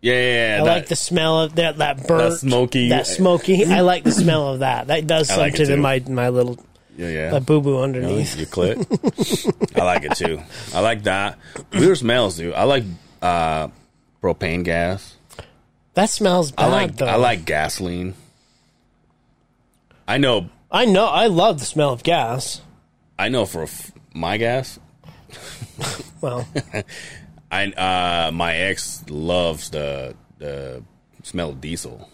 Yeah, yeah, yeah.
I like the smell of that that burnt
smoky-
that smoky. I like the smell of that. That does
I like
something
it
to
too.
my my little
Yeah, yeah.
uh, boo boo
Really?
underneath.
You clit? I like it too. I like that. Weird smells, dude. I like uh, propane gas.
That smells bad
I like
though.
I like gasoline. I know
I know. I love the smell of gas.
I know for a f- my gas. (laughs)
Well,
I uh, my ex loves the the smell of diesel.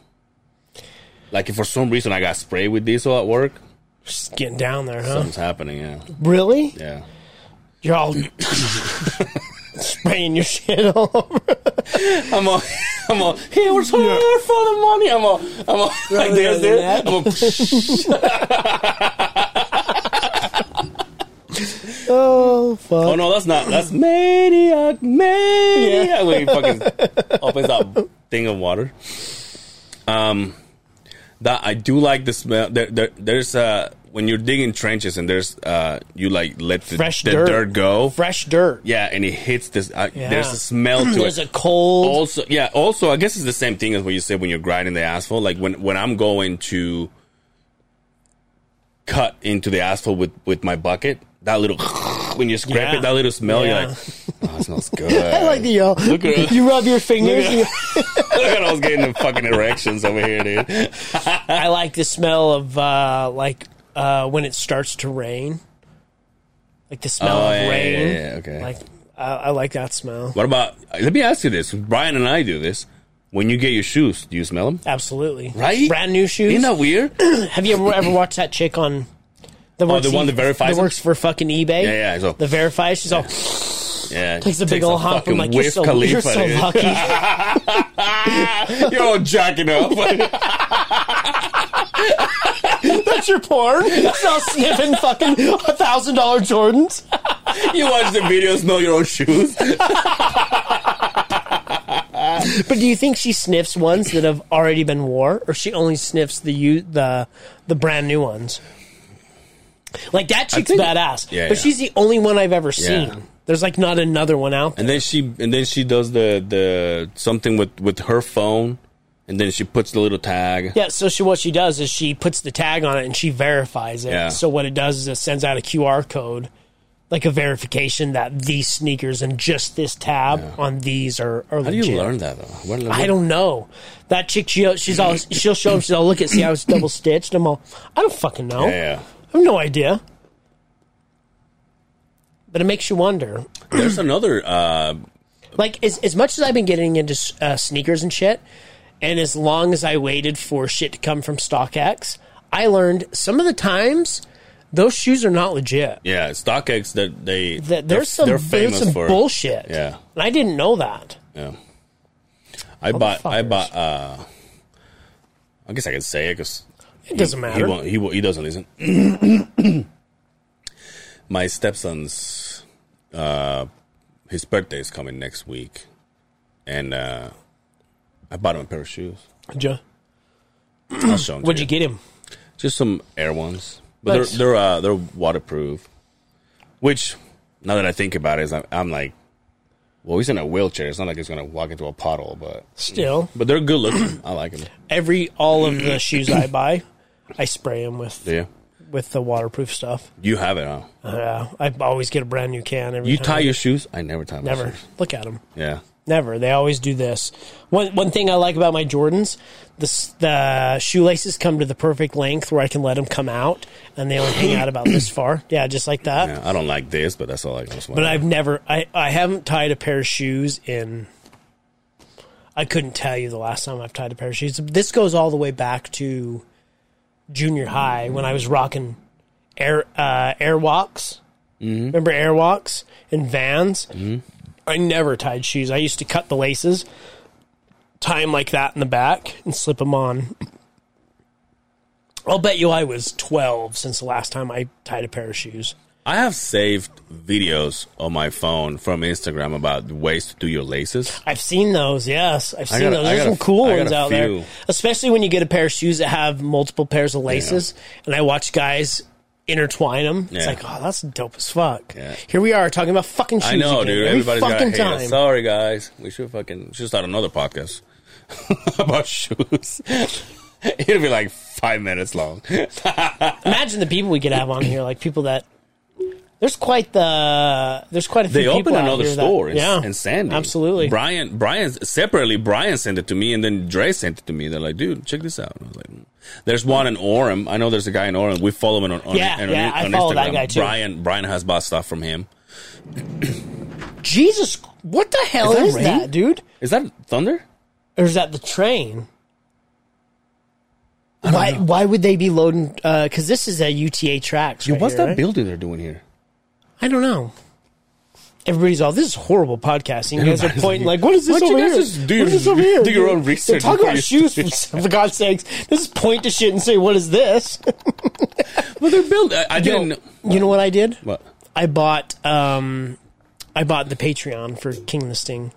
Like if for some reason I got sprayed with diesel at work,
just getting down there, huh?
something's happening. Yeah,
Really?
yeah.
You're
(laughs)
(laughs) all spraying your shit all over.
I'm all, (laughs) I'm all, he was here for the money. I'm all, I'm all like
Rather
this,
than
this.
that.
I'm all, (laughs)
Oh
oh
fuck!
no, that's not, that's maniac, maniac. When he fucking opens that thing of water. Um, that I do like the smell. There, there, there's, uh, when you're digging trenches and there's, uh, you like let the,
Fresh
the
dirt.
go.
Fresh dirt.
yeah, and it hits this. Uh,
Yeah.
There's a
(clears throat)
smell to
There's
it.
a cold.
also yeah also i guess it's the same thing as what you said when you're grinding the asphalt like when when i'm going to cut into the asphalt with with my bucket that little (laughs) when you scrape
Yeah.
it that little smell
Yeah.
you're like (laughs) oh it smells good
(laughs) I like the yell.
Look at-
(laughs) you rub your fingers.
Look look at i was getting the fucking erections over here dude
I like the smell of uh, like uh, when it starts to rain, like the smell
Oh,
of
yeah, yeah,
rain.
yeah, yeah, okay.
Like I, I like that smell.
what about let me ask you this brian and i do this when you get your shoes do you smell them
Absolutely.
Right?
Brand new shoes.
isn't that weird
Have you ever ever watched that chick on? The
Oh, the one that verifies
that
them?
works for fucking eBay.
Yeah, yeah, so-
the verifies. She's all
yeah
takes a big old hop. I'm like, you're so, you're so
dude.
lucky.
(laughs) you're all jacking up (laughs)
That's your porn. She's all sniffing fucking a thousand dollar Jordans.
You watch the videos, know your own shoes.
But do you think she sniffs ones that have already been wore, or she only sniffs the u- the the brand new ones? Like that chick's
think-
badass,
Yeah,
but
yeah.
she's the only one I've ever seen.
Yeah.
There's like not another one out. there.
And then she and then she does the the something with with her phone, and then she puts the little tag.
Yeah, so she what she does is she puts the tag on it and she verifies it.
Yeah.
So what it does is it sends out a QR code, like a verification that these sneakers and just this tab on these are are
How do
legit.
you learn that though? What-
I don't know. That chick, she, she's all she'll show him. She's all look at, see, I was double stitched. I'm all, I don't fucking know.
Yeah,
I have no idea. But it makes you wonder.
there's another. uh
Like, as, as much as I've been getting into uh, sneakers and shit, and as long as I waited for shit to come from StockX, I learned some of the times those shoes are not legit.
Yeah, StockX that they
That
they're-
there's some,
they're
there's
famous
some
for
bullshit.
Yeah.
And I didn't know that.
Yeah, I bought I
Motherfuckers.
bought. uh I guess I could say it because
It doesn't
He
matter.
won't. He won't, he doesn't listen. (coughs) My stepson's uh, his birthday is coming next week, and uh, I bought him a pair of shoes.
Ju-
I'll show 'em to
What'd you get him?
Just some Air ones, but
Nice.
they're they're uh, they're waterproof. Which now that I think about it, is I'm, I'm like, well, he's in a wheelchair. It's not like he's gonna walk into a puddle, but
Still.
but they're good looking.
(clears throat)
I like them.
every all of the shoes I buy, I spray them with
Yeah,
with the waterproof stuff.
you have it, huh?
Yeah, I always get a brand new can every
You
time.
tie your shoes. I never tie my
never
shoes.
look at them.
Yeah.
Never. They always do this. One one thing I like about my Jordans, the s- the shoelaces come to the perfect length where I can let them come out, and they only hang out about this far. Yeah, just like that.
Yeah, I don't like this, but that's all I just want.
But I've never, I, I haven't tied a pair of shoes in. I couldn't tell you the last time I've tied a pair of shoes. This goes all the way back to junior high when I was rocking air uh, airwalks. Remember airwalks and vans? I never tied shoes. I used to cut the laces, tie them like that in the back, and slip them on. I'll bet you I was 12 since the last time I tied a pair of shoes.
I have saved videos on my phone from Instagram about ways to do your laces.
I've seen those. Yes, I've seen
got a-
those.
I
There's
got a
some cool
f- I got
ones
a
out
few.
there, especially when you get a pair of shoes that have multiple pairs of laces. And I watch guys intertwine them. It's
Yeah.
like, oh, that's dope as fuck.
Yeah.
Here we are talking about fucking shoes.
I know,
again,
dude.
Every
Everybody's gonna
fucking
hate us.
time.
Sorry, guys. We should fucking should start another podcast (laughs) about shoes. (laughs) It'll be like five minutes long. (laughs)
Imagine the people we could have on here, like people that. There's quite the there's quite a few
They opened
people out
another
here that-
store in,
yeah,
in Sandy.
Absolutely.
Brian, Brian, separately, Brian sent it to me, and then Dre sent it to me. They're like, dude, check this out. And I was like, mm. there's one in Orem. I know there's a guy in Orem. We follow him on, on,
Yeah,
on,
yeah, I
on
follow that
Instagram.
guy, too.
Brian, Brian has bought stuff from him.
Jesus, what the hell
that
is,
rain?
that, dude?
Is that thunder?
Or is that the train? Why? Why would they be loading? Because this is a UTA tracks.
Dude,
right
what's
here,
that
right?
building they're doing here?
I don't know. Everybody's all this is horrible podcasting. You guys are
Everybody's
pointing
like,
like, what is this
"Why don't
over
you
here?
guys just do
What is
your-
this over here?
do your own
They're
research
talking
before
about
you (laughs)
shoes (laughs) for, for God's sakes. This is point to shit and say, what is this? (laughs)
Well, they're built. I, I
You know-
didn't.
you know what I did?
What?
I bought um, I bought the Patreon for King the Sting.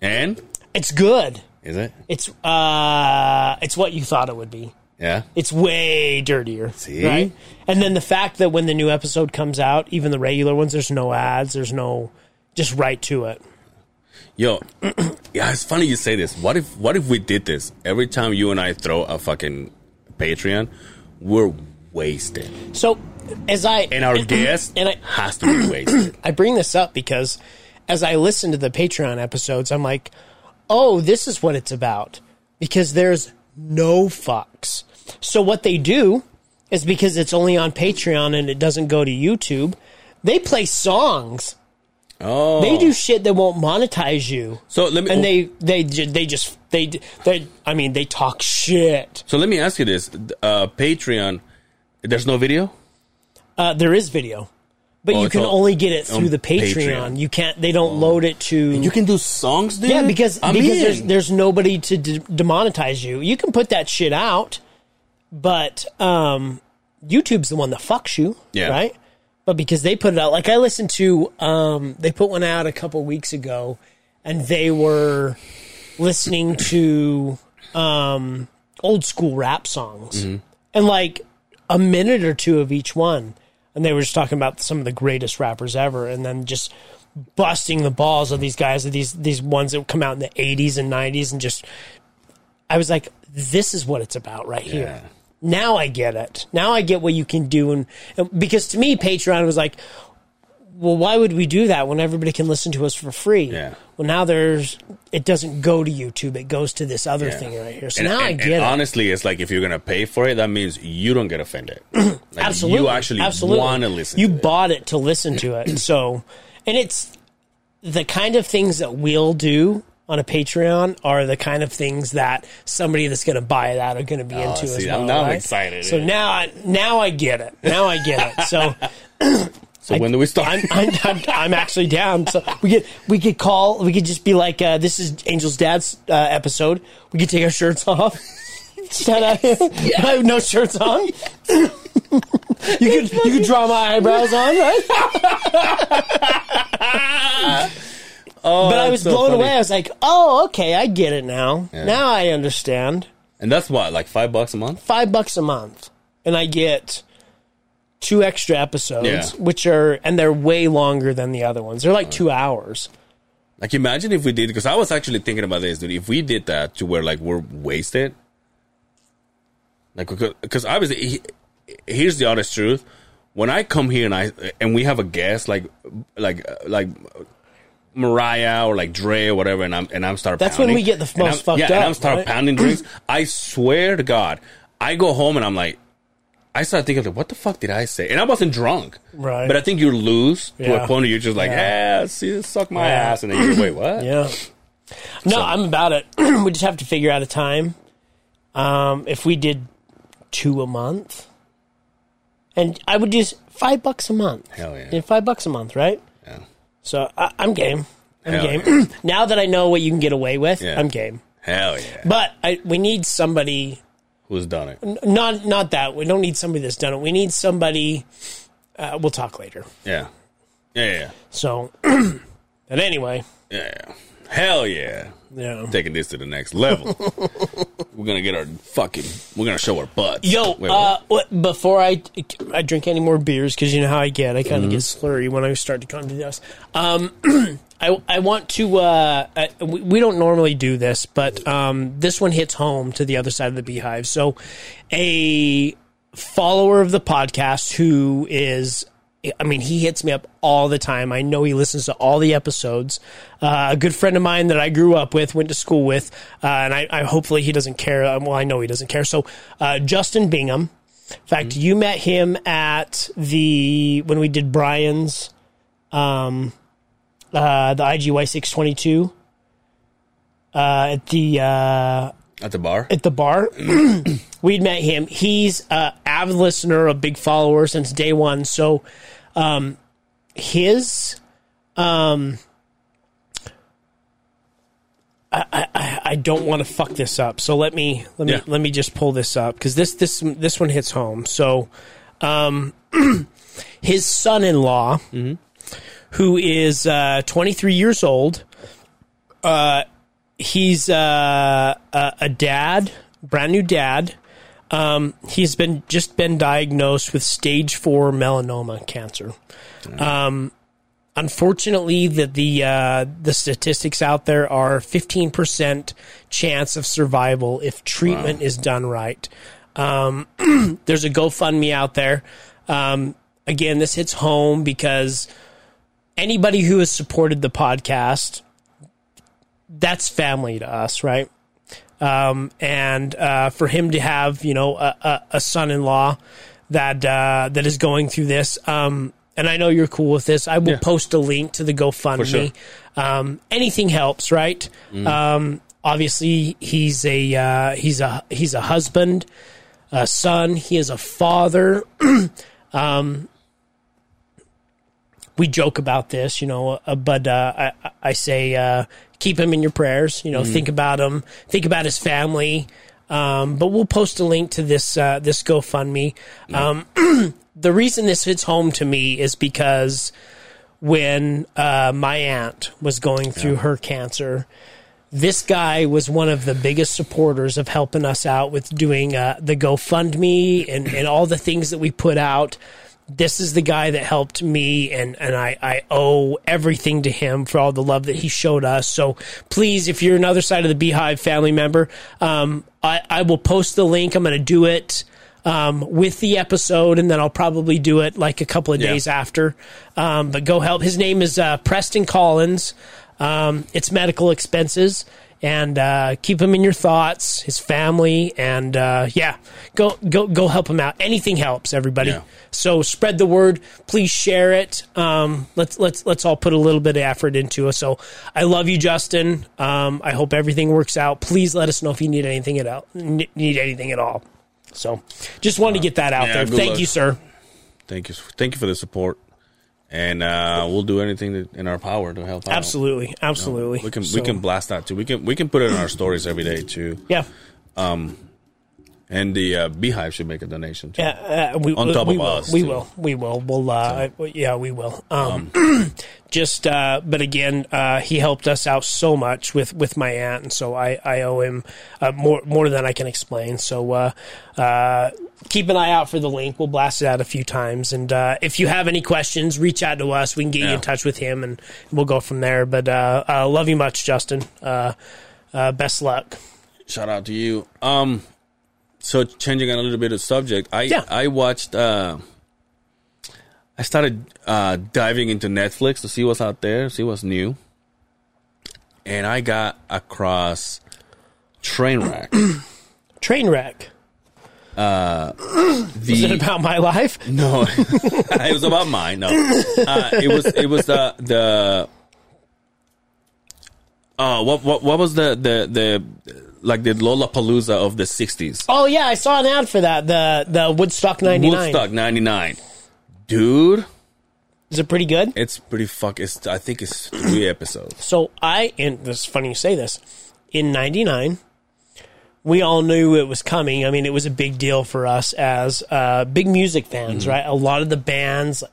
And
It's good.
is it?
It's uh, it's what you thought it would be.
Yeah.
It's way dirtier.
See?
Right? And then the fact that when the new episode comes out, even the regular ones, there's no ads, there's no just right to it.
Yo, (clears throat) yeah, it's funny you say this. What if what if we did this every time you and I throw a fucking Patreon? We're wasted,
So as I
and
(clears throat)
our guest
and I
has to
(clears throat)
be wasted.
I bring this up because as I listen to the Patreon episodes, I'm like, oh, this is what it's about. Because there's no fucks. So what they do is because it's only on Patreon and it doesn't go to YouTube, they play songs.
Oh,
They do shit that won't monetize you.
So let me
and they they ju- they just they d- they I mean they talk shit.
So let me ask you this: uh, Patreon, there's no video.
Uh, there is video, but
Oh,
you
it's
can
on-
only get it
on
through the Patreon.
Patreon.
You can't. They don't load it to.
You can do songs, dude.
yeah, because
I'm
because
in.
there's there's nobody to de- demonetize you. You can put that shit out, but um, YouTube's the one that fucks you.
Yeah.
Right. But because they put it out, like I listened to, um, they put one out a couple weeks ago, and they were listening to um, old school rap songs and like a minute or two of each one. And they were just talking about some of the greatest rappers ever and then just busting the balls of these guys, of these, these ones that come out in the 80s and 90s. And just, I was like, this is what it's about right here. Now I get it. Now I get what you can do. And, and because to me, Patreon was like, well, why would we do that when everybody can listen to us for free?
Yeah.
Well, now there's it doesn't go to YouTube; it goes to this other
Yeah.
thing right here. So
And-
now I
and-
get
and
it.
Honestly, it's like if you're gonna pay for it, that means you don't get offended. Like,
absolutely,
you actually
absolutely.
want to listen.
You
to it.
bought it. to listen to it. So, and it's the kind of things that we'll do on a Patreon are the kind of things that somebody that's going to buy that are going to be into
Oh, see,
as
I'm-
well.
now I'm
right?
excited.
So now, I, now I get it. Now I get it.
(laughs)
So.
So when do we start?
I'm, I'm, I'm, I'm actually down. So we could we could call. We could just be like, uh, "This is Angel's dad's uh, episode." We could take our shirts off. Shout out! (laughs) No, no shirts on. you could you could draw my eyebrows on, right?
(laughs) Oh,
But I
that's
was
so
blown
funny.
away. I was like, "Oh, okay, I get it now.
Yeah.
Now I understand."
And that's what, like five bucks a month.
Five bucks a month, and I get two extra episodes,
Yeah. Uh,
which are and they're way longer than the other ones. They're like two hours.
Like imagine if we did, because I was actually thinking about this, dude. If we did that to where like we're wasted, like because obviously, he, here's the honest truth: when I come here and I and we have a guest like like like Mariah or like Dre or whatever, and I'm and I'm start.
That's
pounding,
when we get the
and
most
I'm-
fucked
yeah, and
up,
I'm start
right? (clears throat)
pounding drinks. I swear to God, I go home and I'm like. I started thinking, like, what the fuck did I say? And I wasn't drunk,
Right.
But I think you're loose to
Yeah.
a point where you're just like,
Yeah.
yeah, see, suck my
Yeah.
ass, and then you're wait, what?
Yeah. No, I'm about it. (clears throat) we just have to figure out a time. Um, if we did two a month, and I would just five bucks a month.
Hell yeah.
And five bucks a month, right?
Yeah.
So I, I'm game. I'm
Hell
game. (clears throat) now that I know what you can get away with,
Yeah.
I'm game.
Hell yeah.
But I, we need somebody.
Who's done it?
Not not that we don't need somebody that's done it. We need somebody. Uh, we'll talk later.
Yeah. Yeah, yeah,
So, (clears throat) and anyway,
yeah. yeah. Hell yeah.
yeah.
Taking this to the next
(laughs)
level. we're gonna get our fucking we're gonna show our butts.
Yo,
Wait,
uh, what, before I I drink any more beers because you know how I get, I kind of get slurry when I start to come to this. Um, (clears throat) I I want to. Uh, I, we we don't normally do this, but um, this one hits home to the other side of the beehive. So, a follower of the podcast who is. I mean, he hits me up all the time. I know he listens to all the episodes. Uh, a good friend of mine that I grew up with, went to school with, uh, and I, I hopefully he doesn't care. Um, Well, I know he doesn't care. So, uh, Justin Bingham. In fact, you met him at the when we did Brian's, um, uh, the IGY six twenty two, uh, at the uh,
at the bar?
at the bar. (clears throat) We'd met him. He's a avid listener, a big follower since day one. So, um, his I, I, I don't want to fuck this up. So let me let me
Yeah.
let me just pull this up because this this this one hits home. So, um, (clears throat) his son-in-law, who is uh, 23 years old, uh, he's uh, a, a dad, brand new dad. Um, he's been just been diagnosed with stage four melanoma cancer Um, unfortunately that the uh, the statistics out there are 15% chance of survival if treatment is done right um, (clears throat) there's a gofundme out there um, again this hits home because anybody who has supported the podcast that's family to us right um, and uh, for him to have you know a, a, a son-in-law that uh, that is going through this um, and I know you're cool with this. I will post a link to the GoFundMe. Um, anything helps, right? Um, obviously, he's a uh, he's a he's a husband, a son. He is a father. um, we joke about this, you know, uh, but uh, I, I- I say uh, keep him in your prayers. You know, think about him, think about his family. Um, but we'll post a link to this uh, this GoFundMe Um, (clears throat) the reason this hits home to me is because when uh, my aunt was going through her cancer, this guy was one of the biggest supporters of helping us out with doing uh, the GoFundMe and, and all the things that we put out. This is the guy that helped me, and, and I, I owe everything to him for all the love that he showed us. So please, if you're another side of the Beehive family member, um, I, I will post the link. I'm going to do it um, with the episode, and then I'll probably do it like a couple of
Yeah.
days after. Um, but go help. His name is uh, Preston Collins. Um, it's medical expenses, and uh, keep him in your thoughts. His family, and uh, yeah, go go go help him out. Anything helps, everybody.
Yeah.
So spread the word. Please share it. Um, let's let's let's all put a little bit of effort into it. So I love you, Justin. Um, I hope everything works out. Please let us know if you need anything at all. Need anything at all. So just wanted to get that out
Yeah,
there.
good
Thank
luck.
you, sir.
Thank you, thank you for the support, and uh, we'll do anything that, in our power to help. out.
Absolutely, absolutely.
Oh. we can
So,
we can blast that too. We can we can put it in our stories every day too.
yeah.
And the uh, Beehive should make a donation too.
Yeah, uh, we,
On top
we
of
will,
us,
We
too.
will. We will. We'll. Uh, Yeah, we will. Um, (clears throat) just, uh, but again, uh, he helped us out so much with, with my aunt, and so I, I owe him uh, more more than I can explain. So uh, uh, keep an eye out for the link. We'll blast it out a few times, and uh, if you have any questions, reach out to us. We can get you
Yeah.
in touch with him, and we'll go from there. But uh, uh, love you much, Justin. Uh, uh, best luck.
Shout out to you. Um, so changing a little bit of subject, I
Yeah.
I watched. Uh, I started uh, diving into Netflix to see what's out there, see what's new, and I got across
(clears throat)
Trainwreck.
Train wreck. Is it
the
about my life?
(laughs) No, (laughs) it was about mine. No, uh, it was it was the the. Uh, what what what was the the the like the Lollapalooza of the sixties?
Oh yeah, I saw an ad for that. The the Woodstock ninety nine.
Woodstock '99, dude.
Is it pretty good?
It's pretty fuck. It's I think it's three episodes.
So I and this is funny you say this. In ninety nine, we all knew it was coming. I mean, it was a big deal for us as uh, big music fans,
Mm-hmm.
right? A lot of the bands like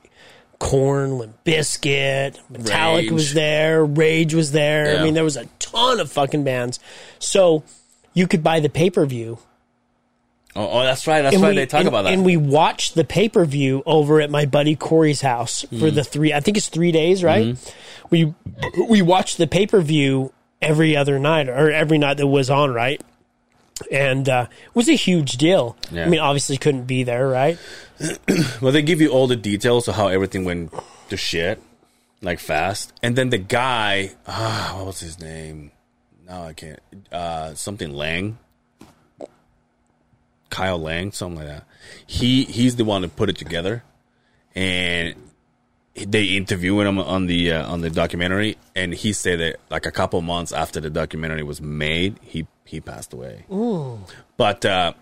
Corn, Limp Bizkit, Metallic
Rage.
was there, Rage was there. I
Yeah.
mean, there was a ton of fucking bands. So you could buy the pay per view
Oh, oh that's right. That's right. they talk
and,
about that.
And we watched the pay per view over at my buddy Corey's house for
Mm.
the three. I think it's three days, right?
Mm-hmm.
We we watched the pay per view every other night or every night that was on, right? And uh, it was a huge deal.
Yeah.
I mean, obviously couldn't be there, right?
Well, they give you all the details of how everything went to shit, like fast. And then the guy, ah, what was his name? No, I can't. Uh, something Lang, Kyle Lang, something like that. He he's the one that put it together, and they interviewing him on the uh, on the documentary, and he said that like a couple months after the documentary was made, he he passed away. But. uh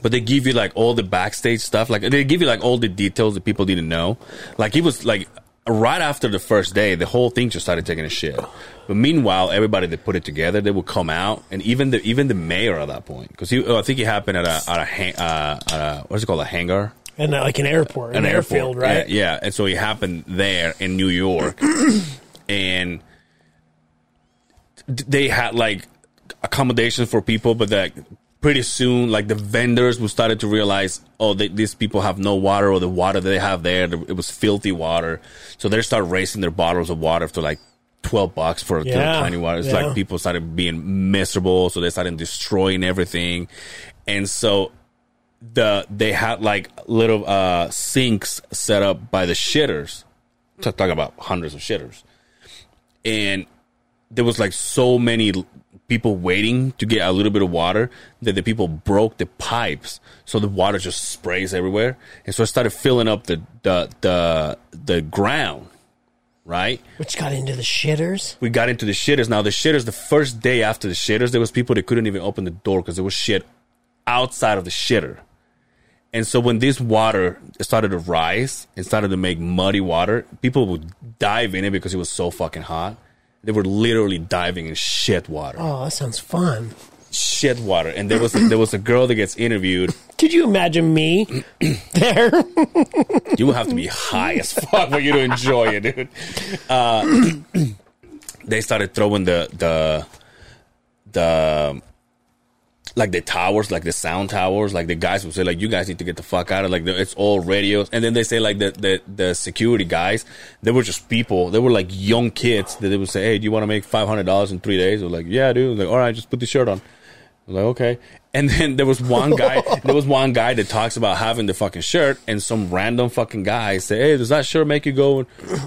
but they give you like all the backstage stuff. Like they give you like all the details that people didn't know. Like he was like right after the first day, the whole thing just started taking a shit. But meanwhile, everybody that put it together, they would come out, and even the even the mayor at that point, because oh, I think it happened at a at a, hang, uh, at a what's it called a hangar,
and uh, like an airport, an, airfield,
airport.
right?
Yeah, yeah, and so it happened there in New York, (clears throat) and th- they had like accommodations for people, but like pretty soon, like the vendors were started to realize, oh, they, these people have no water, or the water that they have there it was filthy water, so they start raising their bottles of water to like. 12 bucks for a little
Yeah,
tiny water. It's
yeah.
like people started being miserable. So they started destroying everything. And so the they had like little uh sinks set up by the shitters. T- Talking about hundreds of shitters, and there was like so many l- people waiting to get a little bit of water that the people broke the pipes, so the water just sprays everywhere, and so it started filling up the the the the ground, right?
Which got into the shitters.
we got into the shitters. Now the shitters, the first day after the shitters, there was people that couldn't even open the door because there was shit outside of the shitter. And so when this water started to rise and started to make muddy water, people would dive in it because it was so fucking hot. They were literally diving in shit water,
Oh, that sounds fun.
shit water. And there was there was a girl that gets interviewed.
Could you imagine me (clears throat) there? (laughs) Oh,
You would have to be high as fuck for you to enjoy it, dude. Uh, (clears throat) they started throwing the the the um, like the towers, like the sound towers. Like the guys would say, like you guys need to get the fuck out of like the, it's all radios. And then they say like the, the the security guys, they were just people. They were like young kids that they would say, hey, do you want to make five hundred dollars in three days? They're like, yeah, dude. Like all right, just put the shirt on. I was like, okay. And then there was one
(laughs)
guy, there was one guy that talks about having the fucking shirt, and some random fucking guy said, "Hey, does that shirt make you go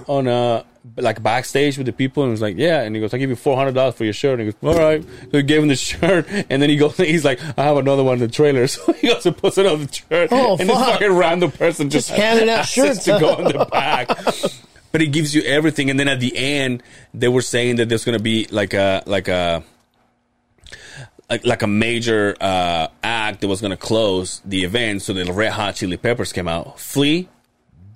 on uh like backstage with the people?" And he was like, "Yeah." And he goes, "I give you four hundred dollars for your shirt." And he goes, "All right." So he gave him the shirt, and then he goes, (laughs) "He's like, I have another one in the trailer." (laughs) So he goes and puts it on the shirt,
Oh,
and this
fuck.
fucking random person just,
Just handing
(laughs)
out
asks us
shirts.
to go
(laughs)
on the back. But it gives you everything, and then at the end, they were saying that there's gonna be like a like a like, like a major uh, act that was going to close the event, so the Red Hot Chili Peppers came out. Flea,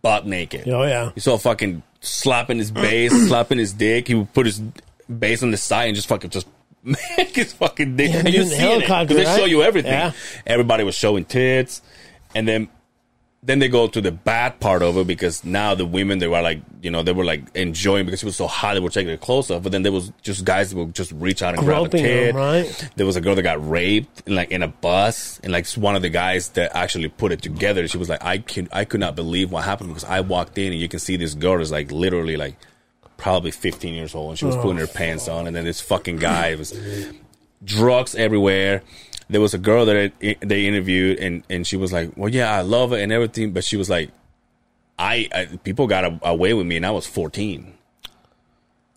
butt naked.
Oh, yeah.
You saw fucking slapping his
(clears throat)
bass, slapping his dick. He would put his bass on the side and just fucking just (laughs) make his fucking dick.
Yeah,
and
doing
you
the
see it
helicopter,
because they show
right?
you everything.
Yeah.
Everybody was showing tits, and then then they go to the bad part of it because now the women they were like you know they were like enjoying because it was so hot they were taking their clothes off but then there was just guys that would just reach out and grab a
Groping them,
tit
right?
there was a girl that got raped like in a bus and like one of the guys that actually put it together she was like I can I could not believe what happened because I walked in and you can see this girl is like literally like probably 15 years old and she was putting her pants on and then this fucking guy was drugs everywhere. There was a girl that I- they interviewed, and and she was like, "Well, yeah, I love her and everything," but she was like, "I, I people got a, away with me, and I was 14."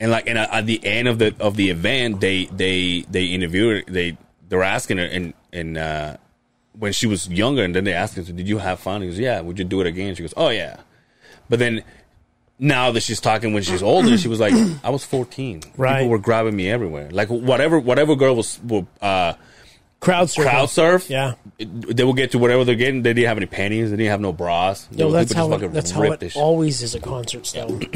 And like, and at the end of the of the event, they they they interviewed her, they they're asking her, and and uh, when she was younger, and then they asked her, "Did you have fun?" He goes, "Yeah." Would you do it again? She goes, "Oh yeah," but then. Now that she's talking when she's older, she was like, (clears throat) "I was 14.
Right.
People were grabbing me everywhere. Like whatever, whatever girl was, were, uh,
Crowd surfing.
crowd surf.
Yeah.
they will get to whatever they're getting. They didn't have any panties. They didn't have no bras. They
No,
would-
that's
people
how
just
it,
fucking
that's how
ripped
it
this
always is at
(clears throat)
concerts, though. (clears throat)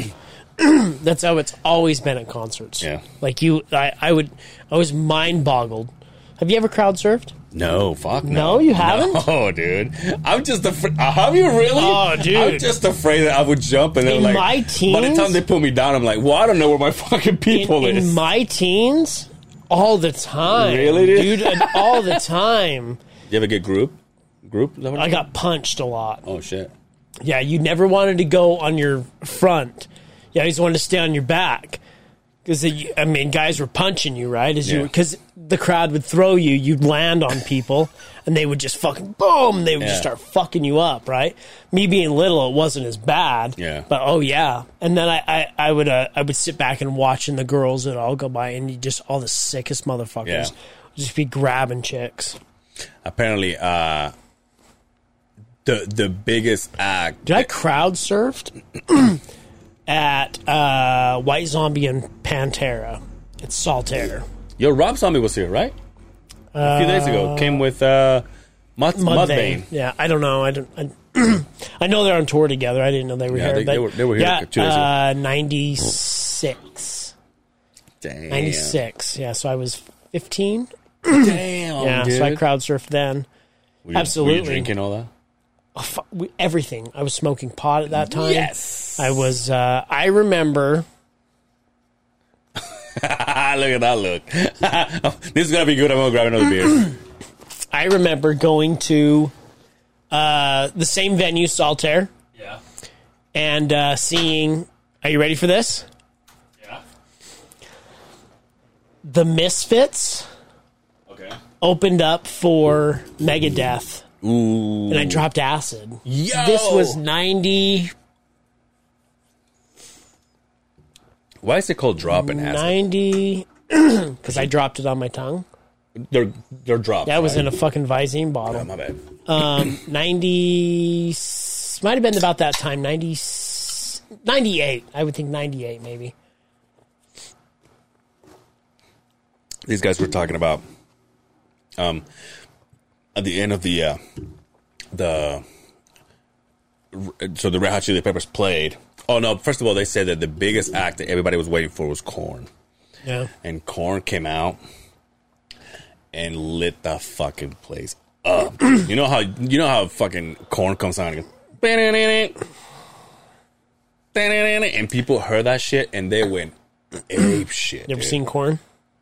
that's how it's always been at concerts.
Yeah.
Like you, I, I would, I was mind boggled. Have you ever crowd surfed?
No, fuck no.
No, you haven't?
No, dude. I'm just afraid. Have you really?
Oh, dude.
I'm just afraid that I would jump and then
In
like
my
By the
teens?
time they put me down, I'm like, well, I don't know where my fucking
In,
people
in
is.
my teens, all the time.
Really, dude?
and
(laughs)
all the time.
you ever get group? Group? Is that what
I
it's
got punched a lot.
called? Oh shit.
Yeah, you never wanted to go on your front. You always wanted to stay on your back. Because I mean, guys were punching you, right? As
Yeah.
you because the crowd would throw you, you'd land on people, and they would just fucking boom. They would
Yeah.
just start fucking you up, right? Me being little, it wasn't as bad.
Yeah.
But oh yeah, and then I I, I would uh, I would sit back and watch, and the girls would all go by, and you just all the sickest motherfuckers
Yeah.
would just be grabbing chicks.
Apparently, uh, the the biggest act.
Did I crowd surfed (clears throat) at uh, White Zombie and Pantera? It's Saltaire.
Yo, Rob Zombie was here, right? A few days ago, came with uh, Mud, Mudvayne.
Yeah, I (clears throat) don't know. I don't. I, I know they're on tour together. I didn't know they were
Yeah,
here.
they- they were- they were here
Yeah,
two days ago.
uh, 96.
Damn.
96. Yeah, so I was 15.
Damn.
Yeah,
dude.
so I crowd surfed then.
Were you- were you
absolutely.
drinking all that?
fu- we- everything. I was smoking pot at that time.
Yes.
I was. Uh, I remember.
Ah, look at that look. (laughs) this is gonna be good. I'm gonna grab another beer.
I remember going to uh, the same venue, Saltaire,
(clears throat) yeah.
and uh, seeing. Are you ready for this?
Yeah.
The Misfits
Okay.
opened up for Megadeth,
Ooh.
and I dropped acid.
Yo!
This was ninety
Why is it called dropping acid?
ninety (clears throat) because I dropped it on my tongue.
They're they're dropped.
That was
right?
in a fucking Visine bottle.
Oh, my bad.
Ninety might have been about that time 90, 98 i would think 98 maybe
These guys were talking about um at the end of the uh the so the Red Hot Chili Peppers played. Oh no! First of all, they said that the biggest act that everybody was waiting for was Corn.
yeah
and Korn came out and lit the fucking place up. you know how you know how fucking Korn comes out and goes "Ba-na-na-na, ba-na-na-na," and people heard that shit and they went ape shit.
you ever
dude.
seen corn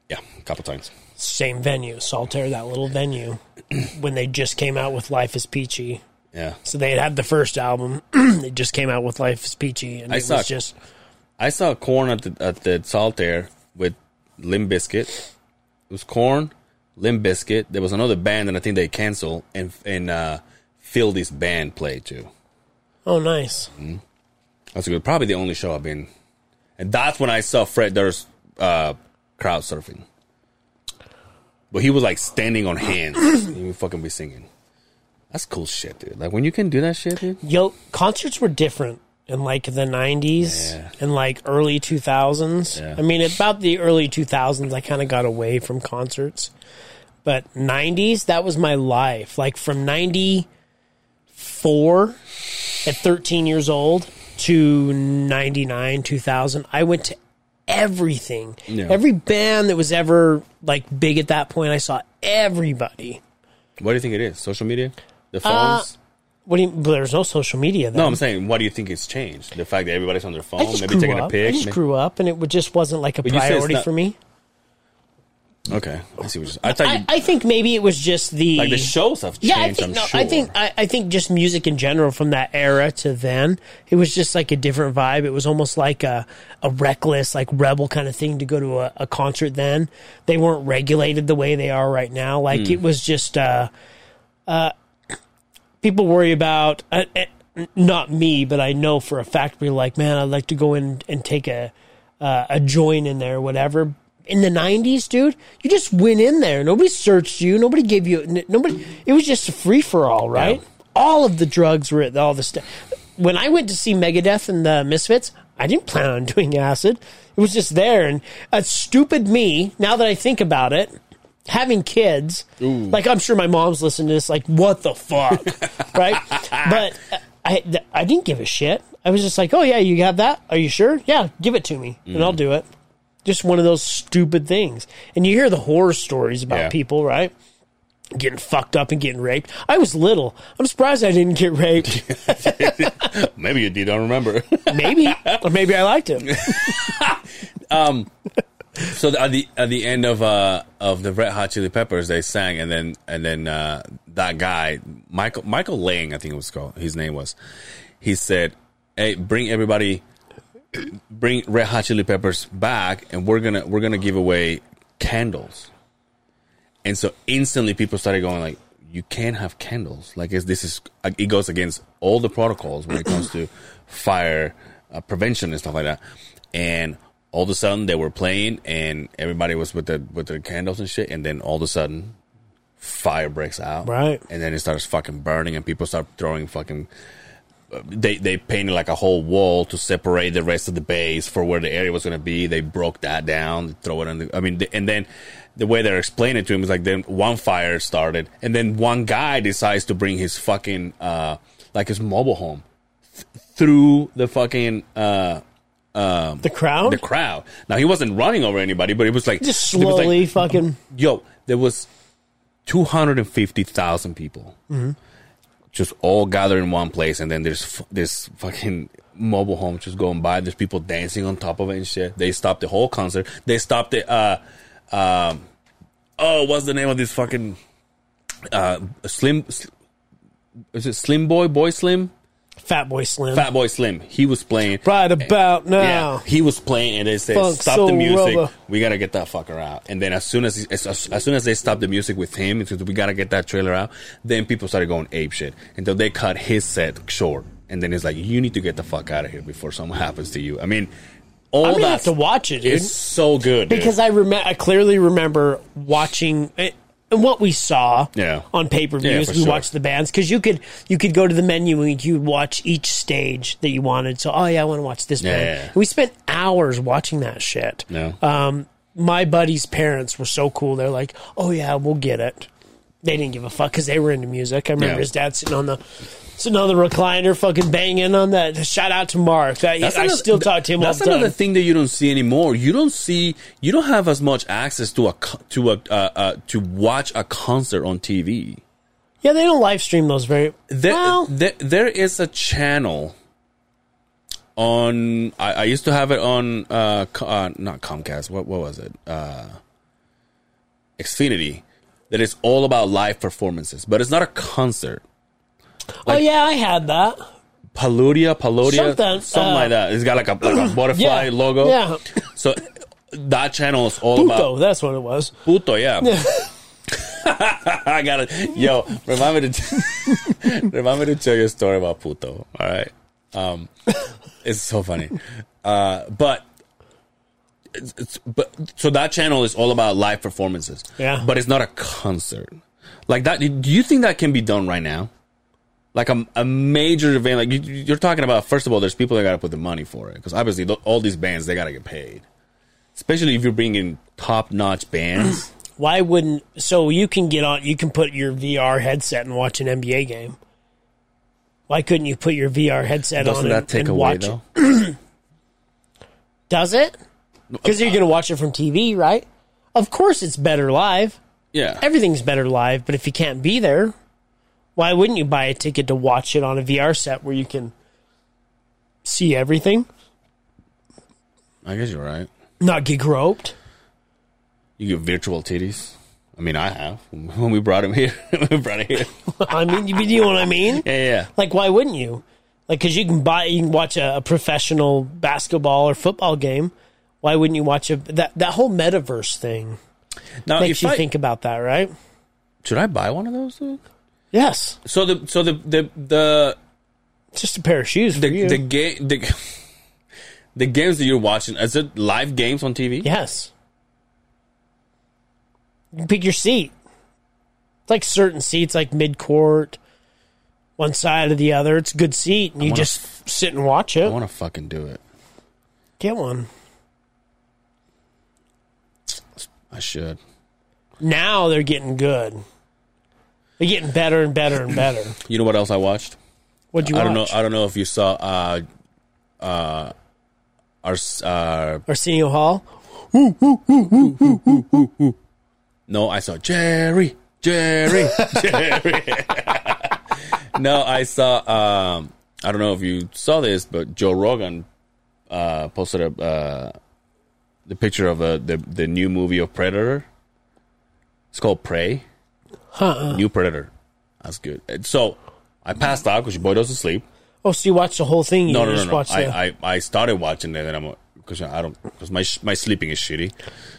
Yeah, a couple times.
same venue saltaire that little venue (clears throat) when they just came out with life is peachy
Yeah,
so they had had the first album (clears throat) they just came out with life is peachy and
I
it
suck.
was just
I saw Korn at the at the Saltaire with Limb Biscuit. It was Korn, Limb Biscuit. There was another band, and I think they canceled. And and uh, Fieldy's band played too.
oh nice
That's good. Probably the only show I've been, and that's when I saw Fred Durst uh, crowd surfing. But he was like standing on hands. he would fucking be singing. That's cool shit, dude. Like when you can do that shit, dude.
yo concerts were different in like the 90s
Yeah.
and like early 2000s
Yeah.
i mean about the early 2000s i kind of got away from concerts but 90s that was my life like from 94 at 13 years old to 99 2000 i went to everything
Yeah.
every band that was ever like big at that point i saw everybody
What do you think it is? Social media, the
Uh,
phones.
what do you but there's no social media then.
no, I'm saying, what do you think it's changed? The fact that everybody's on their phone,
I just
maybe
grew
taking
up.
a pic.
I just
may-
grew up, and it would- just wasn't like a
But you said it's
priority
not-
for me.
(laughs) okay, I see what you're. I thought
I,
you
I think maybe it was just the
Mm. like the shows have changed.
Yeah, I think
am
no,
sure.
I think I, I think just music in general from that era to then, it was just like a different vibe. It was almost like a a reckless, like rebel kind of thing to go to a, a concert. Then they weren't regulated the way they are right now.
Mm.
Like it was just. uh people worry about uh, uh, not me, but I know for a fact we're like, man, I'd like to go in and take a uh, a join in there, or whatever. In the '90s, dude, you just went in there. Nobody searched you. Nobody gave you. n- Nobody. It was just a free for all, right?
Yeah.
All of the drugs were at all the stuff. When I went to see Megadeth and the Misfits, I didn't plan on (laughs) doing acid. It was just there, and a stupid me. Now that I think about it, having kids, like I'm sure my mom's listening to this, like, what the
(laughs)
fuck, right? But I, th- I didn't give a shit. I was just like, oh yeah, you have that? Are you sure? Yeah, give it to me, and
Mm.
I'll do it. Just one of those stupid things. And you hear the horror stories about
Yeah.
people, right? Getting fucked up and getting raped. I was little. I'm surprised I didn't get
(laughs)
raped.
(laughs) maybe you did. I don't
(laughs)
remember.
Maybe, or maybe I liked it.
So the- at the at the end of uh of the Red Hot Chili Peppers, they sang, and then and then uh, that guy Michael Michael Lang, I think it was called his name was, he said, "Hey, bring everybody, bring Red Hot Chili Peppers back, and we're gonna we're gonna give away candles." And so instantly, people started going like, "You can't have candles. Like it's, this is it goes against all the protocols when it comes to fire uh, prevention and stuff like that." And all of a sudden, they were playing, and everybody was with the with their candles and shit. And then all of a sudden, fire breaks out,
Right.
And then it starts fucking burning, and people start throwing fucking. They they painted like a whole wall to separate the rest of the base for where the area was going to be. They broke that down, throw it on the. I mean, the, and then the way they're explaining it to him is like then one fire started, and then one guy decides to bring his fucking uh, like his mobile home th- through the fucking uh
The crowd
the crowd. Now he wasn't running over anybody, but it was like
Oh. just
it was like-
slowly fucking.
yo, there was two hundred and fifty thousand people, just all gathered in one place, and then there's f- this fucking mobile home just going by. There's people dancing on top of it and shit. They stopped the whole concert. They stopped the uh, um, oh, what's the name of this fucking uh, slim? Sl- is it Slim Boy? Boy Slim?
Fat Boy Slim.
Fat Boy Slim. He was playing.
right about
Yeah,
now.
he was playing, and they said,
Funk
"Stop
Soul
the music.
Oh. Rubber.
We gotta get that fucker out." And then as soon as, he, as as soon as they stopped the music with him, it said, we gotta get that trailer out. Then people started going ape shit until they cut his set short. And then it's like, "You need to get the fuck out of here before something happens to you." I mean, all
I'm gonna
that
have to watch it, dude.
is so good dude.
because I remember, I clearly remember watching it, and what we saw
Yeah.
on pay per views.
Yeah, for
we
sure.
watched the bands because you could you could go to the menu and you would watch each stage that you wanted. So oh yeah, I want to watch this
Yeah,
band.
yeah, yeah.
We spent hours watching that shit.
No.
Um, my buddy's parents were so cool. They're like, oh yeah, we'll get it. They didn't give a fuck because they were into music. I remember
Yeah.
his dad sitting on the sitting on the recliner, fucking banging on that. Shout out to Mark. That,
That's
I
another-
still talk to him.
That's
all the time.
another thing that you don't see anymore. You don't see. You don't have as much access to a co- to a uh, uh, to watch a concert on TV.
Yeah, they don't live stream those very
there,
well.
there, there is a channel on I, I used to have it on uh, Co- uh not Comcast what what was it uh Xfinity that is all about live performances but it's not a concert
oh yeah, I had that.
Paludia Paludia
Something,
something,
uh,
like that it's got like a,
(clears throat)
like a butterfly
Yeah,
logo (laughs)
Yeah,
so that channel is all
Puto,
about
that's what it
(laughs)
was.
Puto, yeah. I gotta, yo, remind me to, remind me to (laughs) tell you a story about Puto. All right, um, it's so funny, uh, but. It's, it's, but so that channel is all about live performances.
Yeah.
but it's not a concert like that. Do you think that can be done right now? Like a, a major event, like you, you're talking about. First of all, there's people that got to put the money for it because obviously th- all these bands they got to get paid, especially if you're bringing top notch bands.
Why wouldn't? So you can get on. You can put your VR headset and watch an NBA game. Why couldn't you put your VR headset
Doesn't
on
that
and,
take
and
away
watch
though?
it? Does it? Because you're gonna watch it from TV, right? Of course, it's better live.
Yeah.
Everything's better live. But if you can't be there, why wouldn't you buy a ticket to watch it on a VR set where you can see everything?
I guess you're right.
not get groped. (laughs)
You get virtual titties. I mean, I have (laughs) when we brought him here. (laughs) we brought him here.
I mean, you, you know what I mean?
Yeah, yeah.
Like, why wouldn't you? Like, because you can buy, you can watch a, a professional basketball or football game. Why wouldn't you watch a that that whole metaverse thing?
Now,
Makes
if
you
I,
think about that, right?
should I buy one of those? Dude?
Yes,
So the so the the the
just a pair of shoes for
the,
you.
the game the, (laughs) the games that you're watching is it live games on TV?
yes, you can pick your seat. It's like certain seats, like mid court, one side or the other. It's a good seat, and you
wanna-
just sit and watch it.
I want to fucking do it.
Get one.
I should.
now they're getting good. They're getting better and better and better.
You know what else I watched?
What'd you
I
watch?
don't know. I don't know if you saw uh uh our s- uh
Arsenio Hall.
No, I saw Jerry, Jerry, Jerry. no, I saw. Um, I don't know if you saw this, but Joe Rogan uh, posted a, uh, the picture of uh, the the new movie of Predator. It's called Prey. Huh. New Predator. That's good. And So I passed out because your boy doesn't sleep.
Oh, so you watched the whole thing? You
No, no, no,
just
no.
watched the-
I, I, I started watching it, and I'm because I don't because my sh- my sleeping is shitty,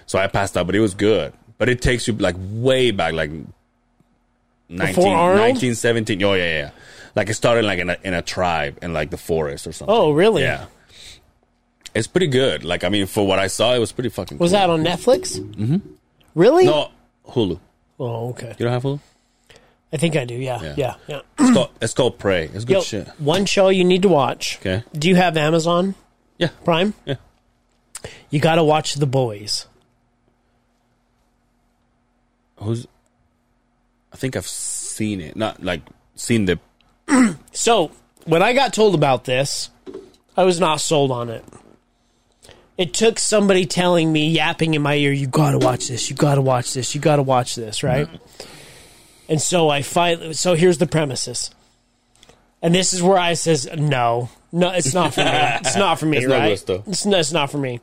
so I passed out. But it was good. But it takes you like way back, like 19,
Arnold?
19, 17. Oh yeah, yeah. Like it started like in a in a tribe in like the forest or something.
Oh, really?
Yeah. It's pretty good. Like I mean, for what I saw, it was pretty fucking.
Was
cool.
that on Netflix? Mm-hmm. Really?
No Hulu.
Oh, okay.
You don't have Hulu?
I think I do. Yeah, yeah,
Yeah.
yeah.
It's
(clears throat)
called it's called Prey. It's good
Yo,
shit.
one show you need to watch.
Okay.
Do you have Amazon
Yeah.
Prime?
Yeah.
You got to watch The Boys.
Who's? I think I've seen it. Not like seen the
so when I got told about this, I was not sold on it. It took somebody telling me, yapping in my ear, "You gotta watch this. You gotta watch this. You gotta watch this." Right. And so I finally. So here's the premises. And this is where I says, "No, no, it's not
(laughs)
for me. It's not for me.
It's not
right?
good stuff.
it's, no, it's not for me.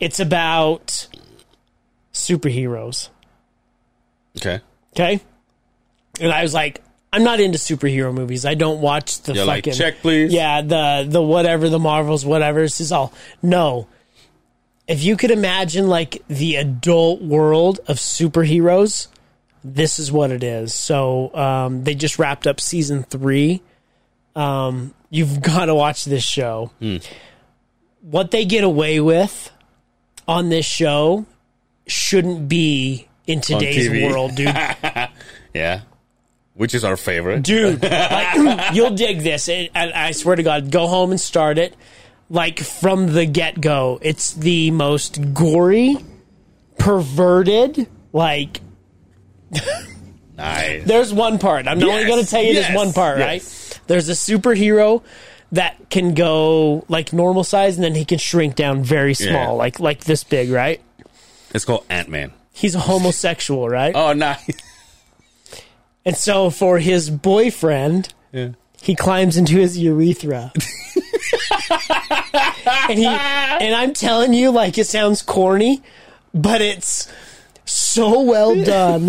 It's about superheroes."
Okay.
Okay. And I was like, I'm not into superhero movies. I don't watch the
You're like,
fucking
"Check, please."
Yeah, the the whatever, the Marvels, whatever. This is all no. If you could imagine like the adult world of superheroes, this is what it is. So um, they just wrapped up season three. Um, you've (laughs) got to watch this show.
Hmm.
What they get away with on this show shouldn't be in today's
TV. (laughs)
world, dude.
Yeah. Which is our favorite.
dude. Like, (clears throat) you'll dig this, and, and I swear to God, go home and start it. Like from the get go, it's the most gory, perverted. Like
Nice.
there's one part. I'm only
Yes,
going to tell you
yes,
this one part, right? There's a superhero that can go like normal size, and then he can shrink down very small,
Yeah.
like like this big, right?
It's called Ant Man.
He's a homosexual, right?
Oh,
(laughs)
nice.
And so for his boyfriend, he climbs into his urethra. and he and I'm telling you, like it sounds corny, but it's so well done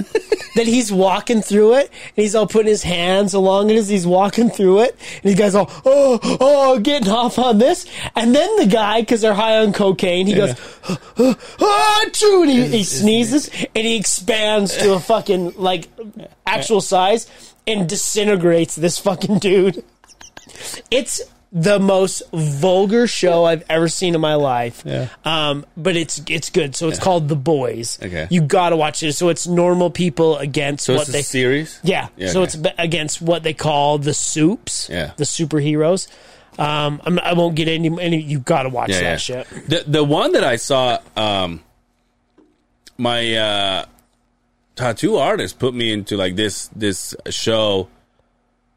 that he's walking through it and he's all putting his hands along it as he's walking through it and the guy's all oh oh getting off on this and then the guy because they're high on cocaine he goes oh, oh, achoo," and he, he sneezes and he expands to a fucking like actual size and disintegrates this fucking dude it's the most vulgar show I've ever seen in my life. Um, but it's it's good. So it's called The Boys.
Okay.
You gotta watch it. So it's normal people against
So
what
it's a
they
series?
yeah.
Yeah,
so
okay.
it's ba- against what they call the soups.
Yeah.
The superheroes. Um, I'm, I won't get any. any you gotta watch that shit.
The the one that I saw, um, my uh, tattoo artist put me into like this this show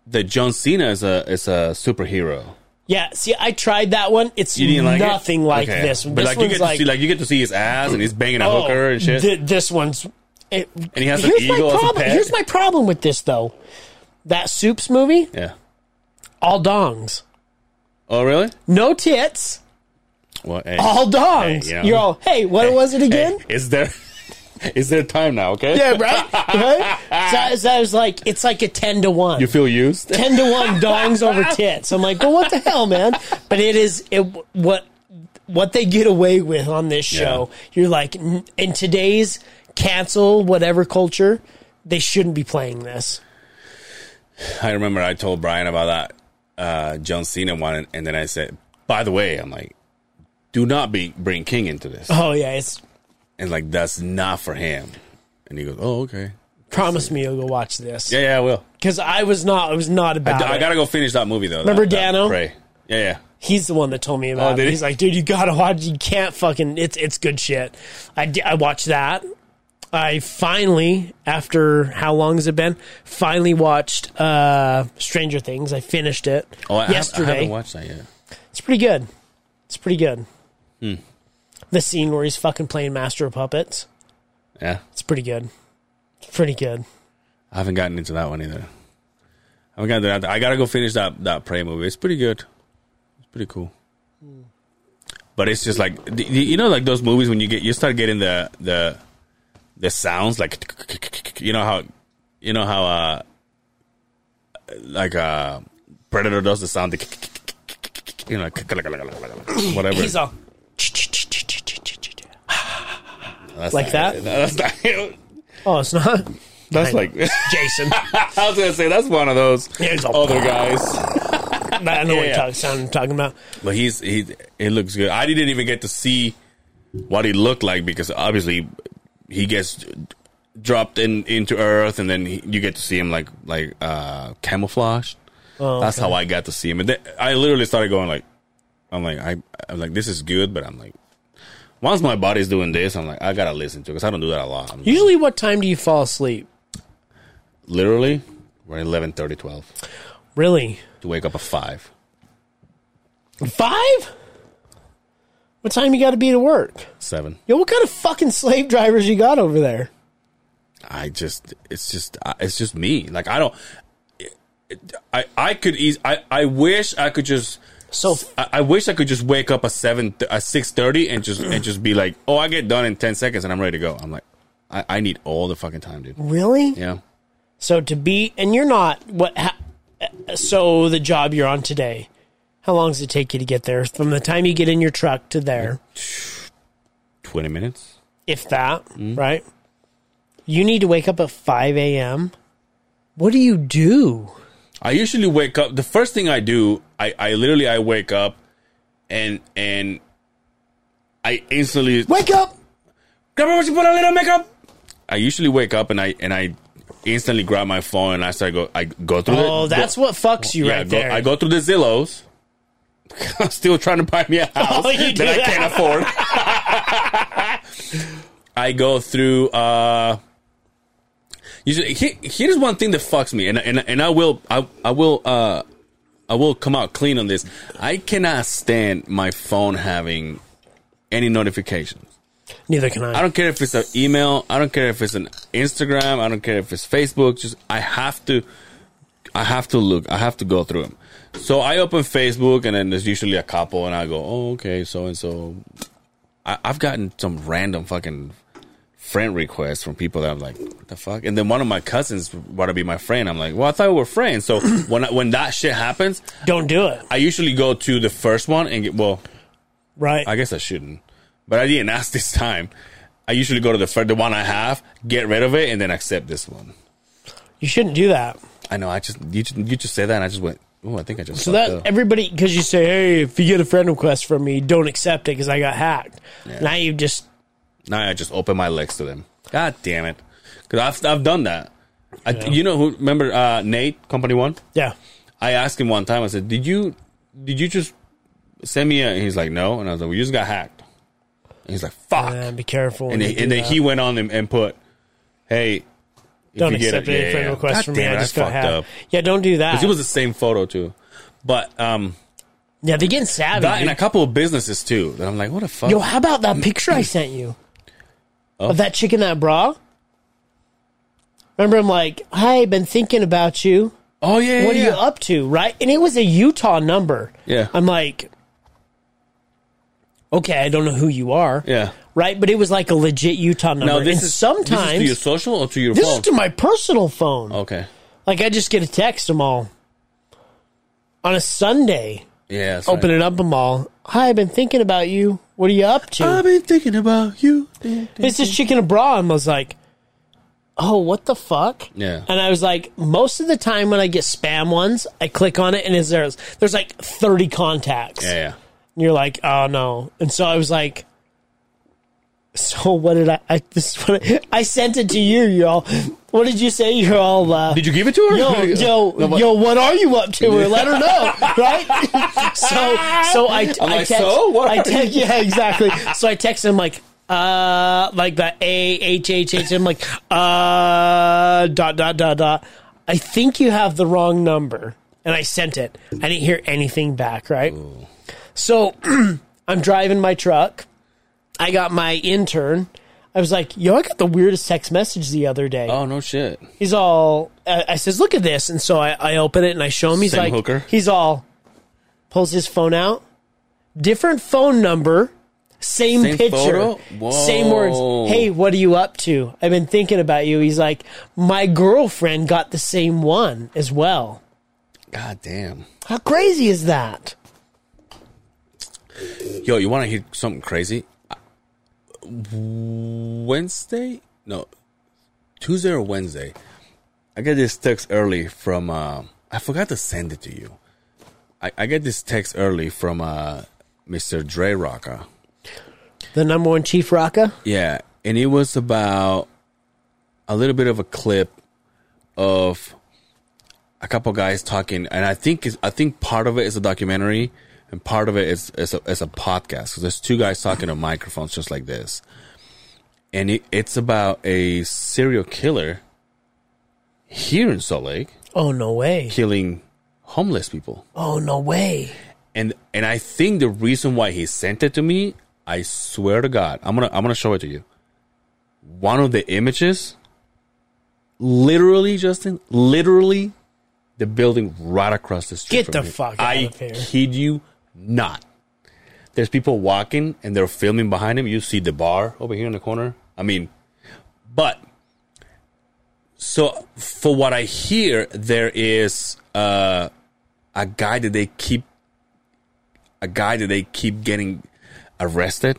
that John Cena is a is a superhero.
Yeah. See, I tried that one. It's
You didn't like it?
nothing like
Okay.
this.
But
this
like you get to see like you get to see his ass and he's banging a
oh,
hooker and shit.
thi- this one's. It, and
he has an eagle as a
problem.
pet.
Here's my problem with this though. That soups movie.
yeah.
all dongs.
Oh really?
No tits,
Well, hey,
all dongs.
Hey, yeah.
You're all, hey, what was
(laughs)
it
hey,
again?
is there is there time now? Okay.
Yeah, right? right? So, so I was like, it's like a 10 to 1.
You feel used?
10 to 1 dongs over tits. I'm like, well, what the hell, man? But it is, it, what, what they get away with on this show, you're like, n- in today's cancel whatever culture, they shouldn't be playing this.
I remember I told Brian about that uh, John Cena one, and, and then I said, "By the way, I'm like, do not be bring King into this."
Oh, yeah, it's
and like that's not for him. And he goes, "Oh, okay,
promise me you'll go watch this.
yeah, yeah, I will.
Because I was not, I was not
I,
about
I
it.
gotta go finish that movie though."
Remember
that- that
Dano?
Prey. Yeah, yeah.
He's the one that told me about
Oh, did
it.
he?
He's like, dude, you gotta watch. You can't fucking. It's it's good shit. I di- I watched that. I finally, after how long has it been? Finally watched uh Stranger Things. I finished it
Oh, I, Yesterday. I
yesterday.
haven't watched that yet.
it's pretty good. It's pretty good.
Hmm.
The scene where he's fucking playing Master of Puppets.
Yeah,
It's pretty good. It's pretty good.
I haven't gotten into that one either. I haven't gotten that. I gotta go finish that that Prey movie. It's pretty good. It's pretty cool. But it's just like the- the- you know, like those movies when you get you start getting the the the sounds like you know how you know how uh like uh Predator does the sound the you know whatever
He's all
That's
like
not-
that?
That's not.
(laughs) oh, it's not
That's like (laughs)
Jason.
I was gonna say that's one of those
He's all-
other guys.
I know what
Yeah.
you're talk- sound I'm talking about.
But he's he he looks good. I didn't even get to see what he looked like because obviously he gets dropped in into Earth, and then he, you get to see him like like uh camouflaged. That's how I got to see him, and then I literally started going like, I'm like I I'm like this is good, but I'm like. Once my body's doing this, I'm like, I gotta listen to it because I don't do that a lot. I'm
Usually, what time do you fall asleep?
literally, we're 11, 12.
Really?
to wake up at five.
Five? What time you got to be to work?
Seven.
Yo, what kind of fucking slave drivers you got over there?
I just it's just I- it's just me. Like I don't. I I could eas I I wish I could just.
So
I, I wish I could just wake up at seven at six thirty and just and just be like, oh, I get done in ten seconds and I'm ready to go. I'm like, I, I need all the fucking time, dude.
really?
Yeah.
So to be and you're not what? Ha, so the job you're on today, how long does it take you to get there from the time you get in your truck to there,
Twenty minutes.
if that?
Mm-hmm.
Right. You need to wake up at five a.m. What do you do?
I usually wake up. The first thing I do, I, I literally I wake up, and and I instantly
Wake up!
grab what you put a little makeup. I usually wake up and I and I instantly grab my phone and I start go I go through.
Oh,
the,
that's
go,
what fucks you
yeah.
right
go,
there.
I go through the Zillows. (laughs) I'm still trying to buy me a house
Oh, you
that,
do
I
that.
can't afford.
(laughs)
I go through. uh Usually, he, here's one thing that fucks me, and and and I will I I will uh I will come out clean on this. I cannot stand my phone having any notifications.
Neither can I.
I don't care if it's an email. I don't care if it's an Instagram. I don't care if it's Facebook. Just I have to, I have to look. I have to go through them. So I open Facebook, and then there's usually a couple, and I go, "Oh, okay, so and so." I- I've gotten some random fucking friend requests from people that I'm like, "What the fuck?" And then one of my cousins want to be my friend. I'm like, "Well, I thought we were friends." So (laughs) when I, when that shit happens,
Don't do it.
I usually go to the first one and get well.
Right.
I guess I shouldn't, but I didn't ask this time. I usually go to the first, the one I have, get rid of it, and then accept this one.
you shouldn't do that.
I know. I just you just, you just say that, and I just went. Oh, I think I just.
So
fucked
that
up."
everybody, because you say, "Hey, if you get a friend request from me, don't accept it because I got hacked." Now you just
now I just open my legs to them. God damn it! Because I've I've done that. I, You know who? Remember uh, Nate, Company One.
yeah.
I asked him one time. I said, "Did you did you just send me?" a and He's like, "No," and I was like, "We just got hacked." And he's like, "Fuck!"
Man, be careful.
and
when
he,
you
and
do
then
that.
he went on and, and put, "Hey." if
don't
you get
accept
it-
any
yeah,
friend
yeah.
requests
God
from me.
damn it,
I just got
fucked
hacked. Yeah, don't do that.
It was the same photo too, but um,
yeah, they're getting savvy.
that and a
dude.
couple of businesses too. That I'm like, what the fuck? Oh.
Yo, how about that picture I sent you of that chick in that bra? Remember, I'm like, "Hi, been thinking about you.
oh yeah,
What
yeah,
are you
yeah.
up to?" Right, and it was a Utah number.
Yeah.
I'm like, okay, I don't know who you are.
Yeah.
right? But it was like a legit Utah number.
Now this
and
is this is
sometimes
to your Oh. social or to your
this
phone.
is to my personal phone.
okay,
Like I just get a text them all on a Sunday.
yeah. that's
Open it up them all. Hi, I've been thinking about you. What are you up to?
right. I've been thinking about you.
it's this chick in a bra, and I was like, "Oh, what the fuck?"
Yeah.
And I was like, most of the time when I get spam ones, I click on it, and is there's there's like thirty contacts.
Yeah, yeah.
And you're like, oh no. And so I was like, so what did I? I this is what I, I sent it to you, y'all. What did you say? You're all. Uh,
Did you give it to her?
Yo, yo,
(laughs) No, but-
yo! What are you up to? Let her know, right? (laughs) so, so I, I
like,
text,
"So? What
I
are
text, yeah, exactly. So I text him like, uh, like that a h h h. I'm like, uh, dot dot dot dot. I think you have the wrong number, and I sent it. I didn't hear anything back. Right. So (clears throat) I'm driving my truck. I got my intern. I was like, yo, I got the weirdest text message the other day
Oh no shit.
he's all uh, i says look at this and so i, I open it and i show him he's
Sam
like
Hooker.
he's all pulls his phone out different phone number same,
Same
picture
photo? Whoa.
same words hey what are you up to i've been thinking about you he's like my girlfriend got the same one as well
God damn.
how crazy is that
Yo, you want to hear something crazy? Uh, Wednesday? No, Tuesday or Wednesday? I get this text early from. Uh, I forgot to send it to you. I, I get this text early from uh, Mr. Dre Rocca.
the number one chief rocka
Yeah, and it was about a little bit of a clip of a couple guys talking, and I think it's, I think part of it is a documentary, and part of it is is a, is a podcast. So there's two guys talking on microphones just like this, and it, it's about a serial killer here in Salt Lake
oh no way
killing homeless people.
Oh no way!
and and I think the reason why he sent it to me, I swear to God, I'm gonna I'm gonna show it to you. One of the images, literally, Justin, literally, the building right across the street.
Get
from
the
here.
fuck out
I
of here.
kid you not. There's people walking and they're filming behind him. You see the bar over here in the corner. I mean, but so for what I hear, there is uh, a guy that they keep a guy that they keep getting arrested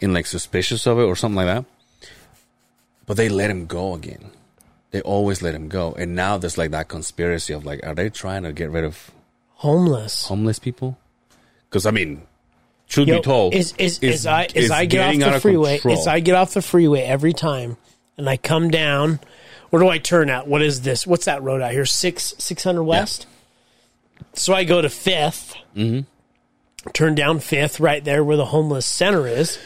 and like suspicious of it or something like that. But they let him go again. They always let him go. And now there's like that conspiracy of like, are they trying to get rid of
Homeless.
homeless people? Because I mean, should
Yo,
be told.
is is,
it's-
is I
it's
as I get off
getting out
the
of
freeway
control.
as I get off the freeway every time, and I come down. Where do I turn at? What is this? What's that road out here? Six six hundred west. So I go to 5th
Mm-hmm.
Turn down fifth, right there where the homeless center is.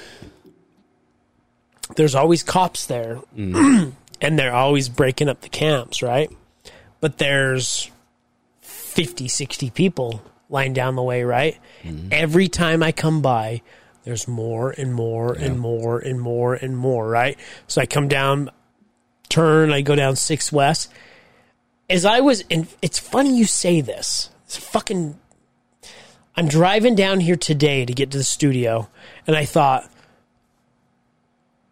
There's always cops there,
Mm-hmm.
(clears throat) and they're always breaking up the camps, right? But there's 50, 60 people lying down the way, right? Every time I come by, there's more and more and more and more and more, right? So I come down, turn, I go down 6 West. As I was, in, it's funny you say this. It's fucking. I'm driving down here today to get to the studio, and I thought,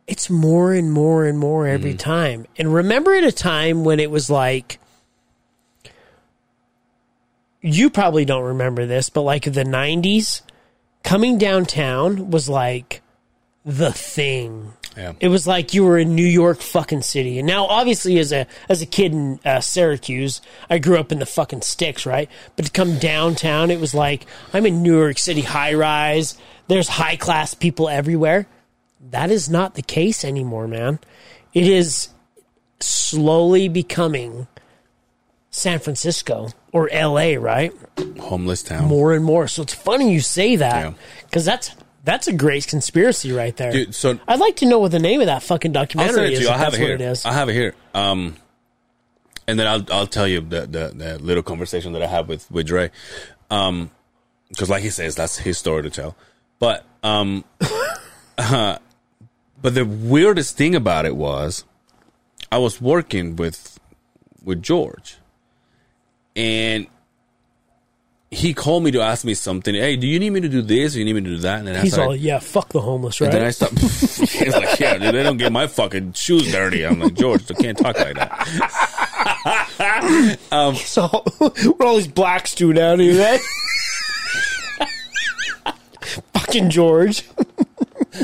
it's more and more and more every time. And remember at a time when it was like, you probably don't remember this, but like the 90s, coming downtown was like the thing.
Yeah.
It was like you were in New York fucking city. And now, obviously, as a as a kid in uh, Syracuse, I grew up in the fucking sticks, right? But to come downtown, it was like I'm in New York City high rise. There's high class people everywhere. That is not the case anymore, man. It is slowly becoming San Francisco or LA, right?
homeless town.
More and more. So it's funny you say that
Yeah.
because that's that's a great conspiracy right there.
Dude, so
I'd like to know what the name of that fucking
I'll
documentary
send it
is.
to you.
if
I have
that's
it
what
here.
it is.
I have it here. Um, and then I'll I'll tell you the the, the little conversation that I had with with Dre, um, because like he says, that's his story to tell. But um, (laughs) uh, but the weirdest thing about it was, I was working with with George, and. He called me to ask me something. Hey, do you need me to do this? Do you need me to do that? And then I
He's
started-
all, yeah, fuck the homeless, right?
and then I stopped. (laughs) He's like, yeah, dude, they don't get my fucking shoes dirty. I'm like, George, I can't talk like that.
so we're all (laughs) these blacks doing out here, right?
(laughs)
fucking George. (laughs)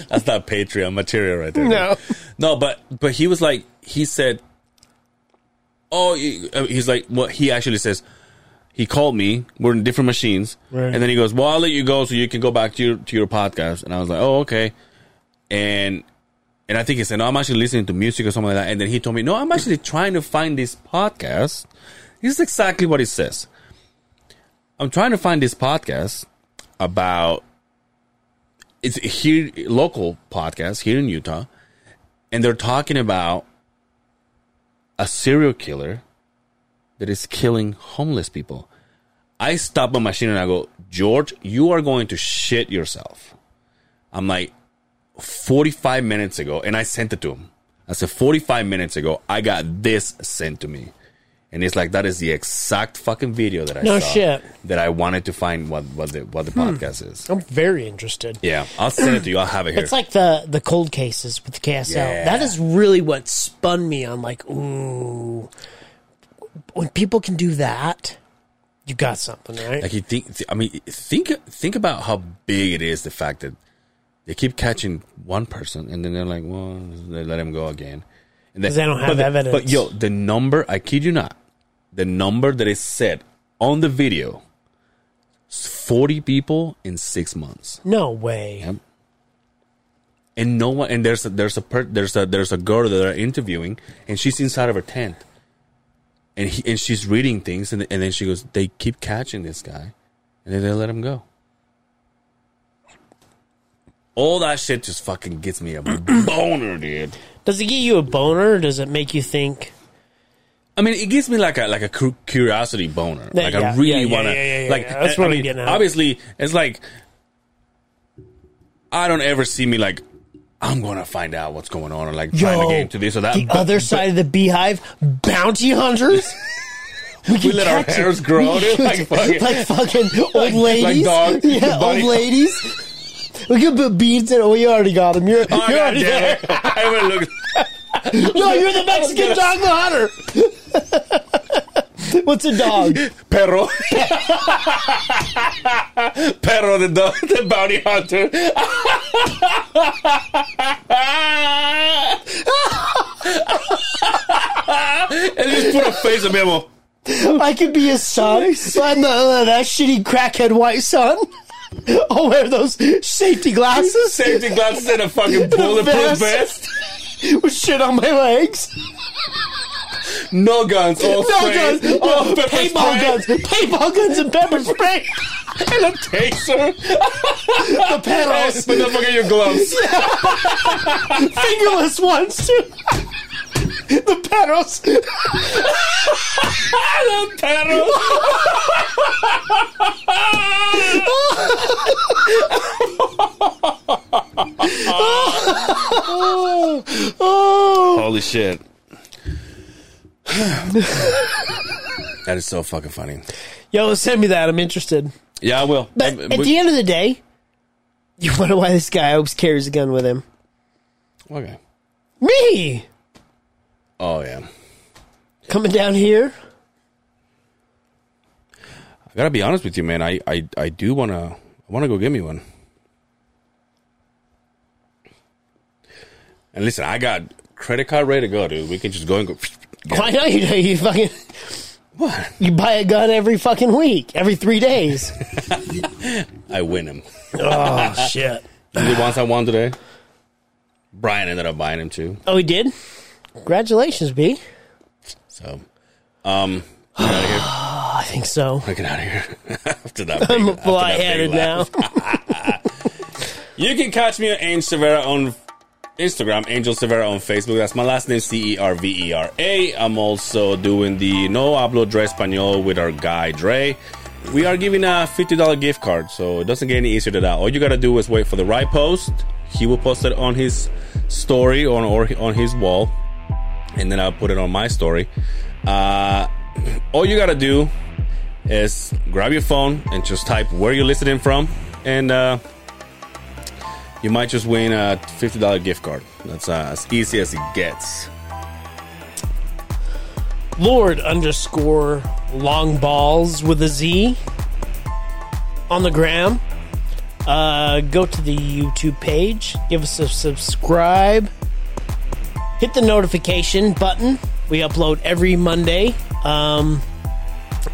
That's not Patreon material right there.
No.
No, but but he was like, he said, oh, he- uh, he's like, what he actually says. He called me. We're in different machines,
Right.
and then he goes, "Well, I'll let you go so you can go back to your to your podcast." And I was like, "Oh, okay." And and I think he said, "No, I'm actually listening to music or something like that." And then he told me, "No, I'm actually trying to find this podcast." This is exactly what it says. I'm trying to find this podcast about it's here local podcast here in Utah, and they're talking about a serial killer that is killing homeless people. I stop my machine and I go, George, you are going to shit yourself. I'm like, 45 minutes ago, and I sent it to him. I said, 45 minutes ago, I got this sent to me. And it's like, that is the exact fucking video that I
No
saw
shit. Hmm.
that I wanted to find what, what the, what the podcast is.
I'm very interested.
Yeah, I'll send it to you. I'll have it here.
It's like the the cold cases with the KSL.
Yeah.
That is really what spun me on. Like, ooh, when people can do that, you got something, right?
Like you think, I mean, think think about how big it is. The fact that they keep catching one person and then they're like, well, they let him go again. And
'Cause they don't have
but the-
evidence.
But yo, the number, I kid you not, the number that is said on the video, is forty people in six months,
no way.
Yep. and no one. And there's a, there's a per, there's a there's a girl that they're interviewing, and she's inside of her tent, and he, and she's reading things, and and then she goes, they keep catching this guy, and then they let him go. All that shit just fucking gets me a (clears throat) boner, dude.
Does it get you a boner? or Does it make you think?
I mean, it gives me like a like a cu- curiosity boner.
Yeah,
like
yeah,
I really
yeah, yeah,
want to
yeah, yeah, yeah,
like.
yeah. That's
I- I
what I'm
mean,
getting at.
Obviously, it's like I don't ever see me like I'm gonna find out what's going on or like trying to get into this or that.
The
but-
other side of the beehive,
(laughs)
bounty hunters. We, can
let our
catch
hairs
it.
grow,
We
dude,
can-
like fucking-
(laughs)
(laughs)
like fucking old ladies.
dog,
(laughs) yeah, old
bunny.
ladies. (laughs) We can put beads in. Oh, you already got them. You're,
(laughs) Oh,
you're
God
(laughs) already
damn
there.
it. I haven't looked.
No,
(laughs)
you're
Oh,
the Mexican dog the hunter. (laughs) What's a dog?
(laughs) Perro. Perro, the dog, the bounty hunter. (laughs) and just put a face on Memo.
I could be his son. I'm the, uh, that shitty crackhead white son. (laughs) I'll wear those safety glasses.
Safety glasses and a fucking bulletproof
vest.
vest.
with shit on my legs.
No guns, all
No
spray,
guns. No,
all Oh, pepper
paintball
spray,
guns. Paintball guns and pepper spray.
and a taser.
the
(laughs)
pedals.
But don't forget your gloves.
Fingerless ones, too. (laughs) the pedals.
The
(laughs)
Perro.
Oh.
Holy
(laughs)
shit. that is so fucking funny.
Yo, send me that. I'm interested.
Yeah, I will.
But
Um,
at
we-
the end of the day, you wonder why this guy always carries a gun with him.
okay.
Me
Oh yeah.
coming down here.
I gotta be honest with you, man. I I, I do wanna I wanna go get me one. And listen, I got credit card ready to go, dude. We can just go and go. (laughs) Yeah.
Why not? You know, you fucking
What?
you buy a gun every fucking week, every three days.
I win him.
oh shit!
The ones I won today. Brian ended up buying him too.
Oh, he did. Congratulations, B.
So, um, get out of here.
I think so.
Get out of here. (laughs) after that, big-
I'm
after that big
fly-headed
laugh.
now.
You can catch me at Angel Severa on Instagram, Angel Severa on Facebook. That's my last name, C E R V E R A. I'm also doing the No Hablo Dre Español with our guy Dre. We are giving a $50 gift card, so it doesn't get any easier than that. All you gotta do is wait for the right post. He will post it on his story on or on his wall, and then I'll put it on my story. Uh, all you gotta do is grab your phone and just type where you're listening from, and uh, you might just win a $50 gift card. That's uh, as easy as it gets.
Lord underscore long balls with a Z on the gram. Uh, go to the YouTube page, give us a subscribe, hit the notification button. We upload every Monday. Um,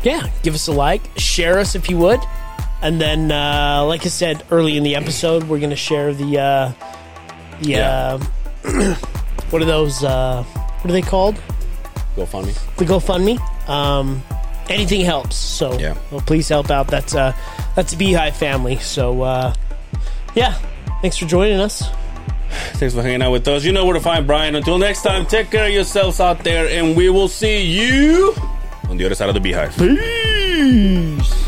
yeah, give us a like, share us if you would. And then, uh, like I said early in the episode, we're going to share the, uh, the
Yeah.
uh, (clears throat) what are those, uh, what are they called?
GoFundMe.
the GoFundMe. Um, anything helps, so
Yeah.
well, please help out. That's uh, that's the Beehive family. So uh, yeah, thanks for joining us.
Thanks for hanging out with us. You know where to find Brian. Until next time, take care of yourselves out there, and we will see you on the other side of the beehive.
Peace.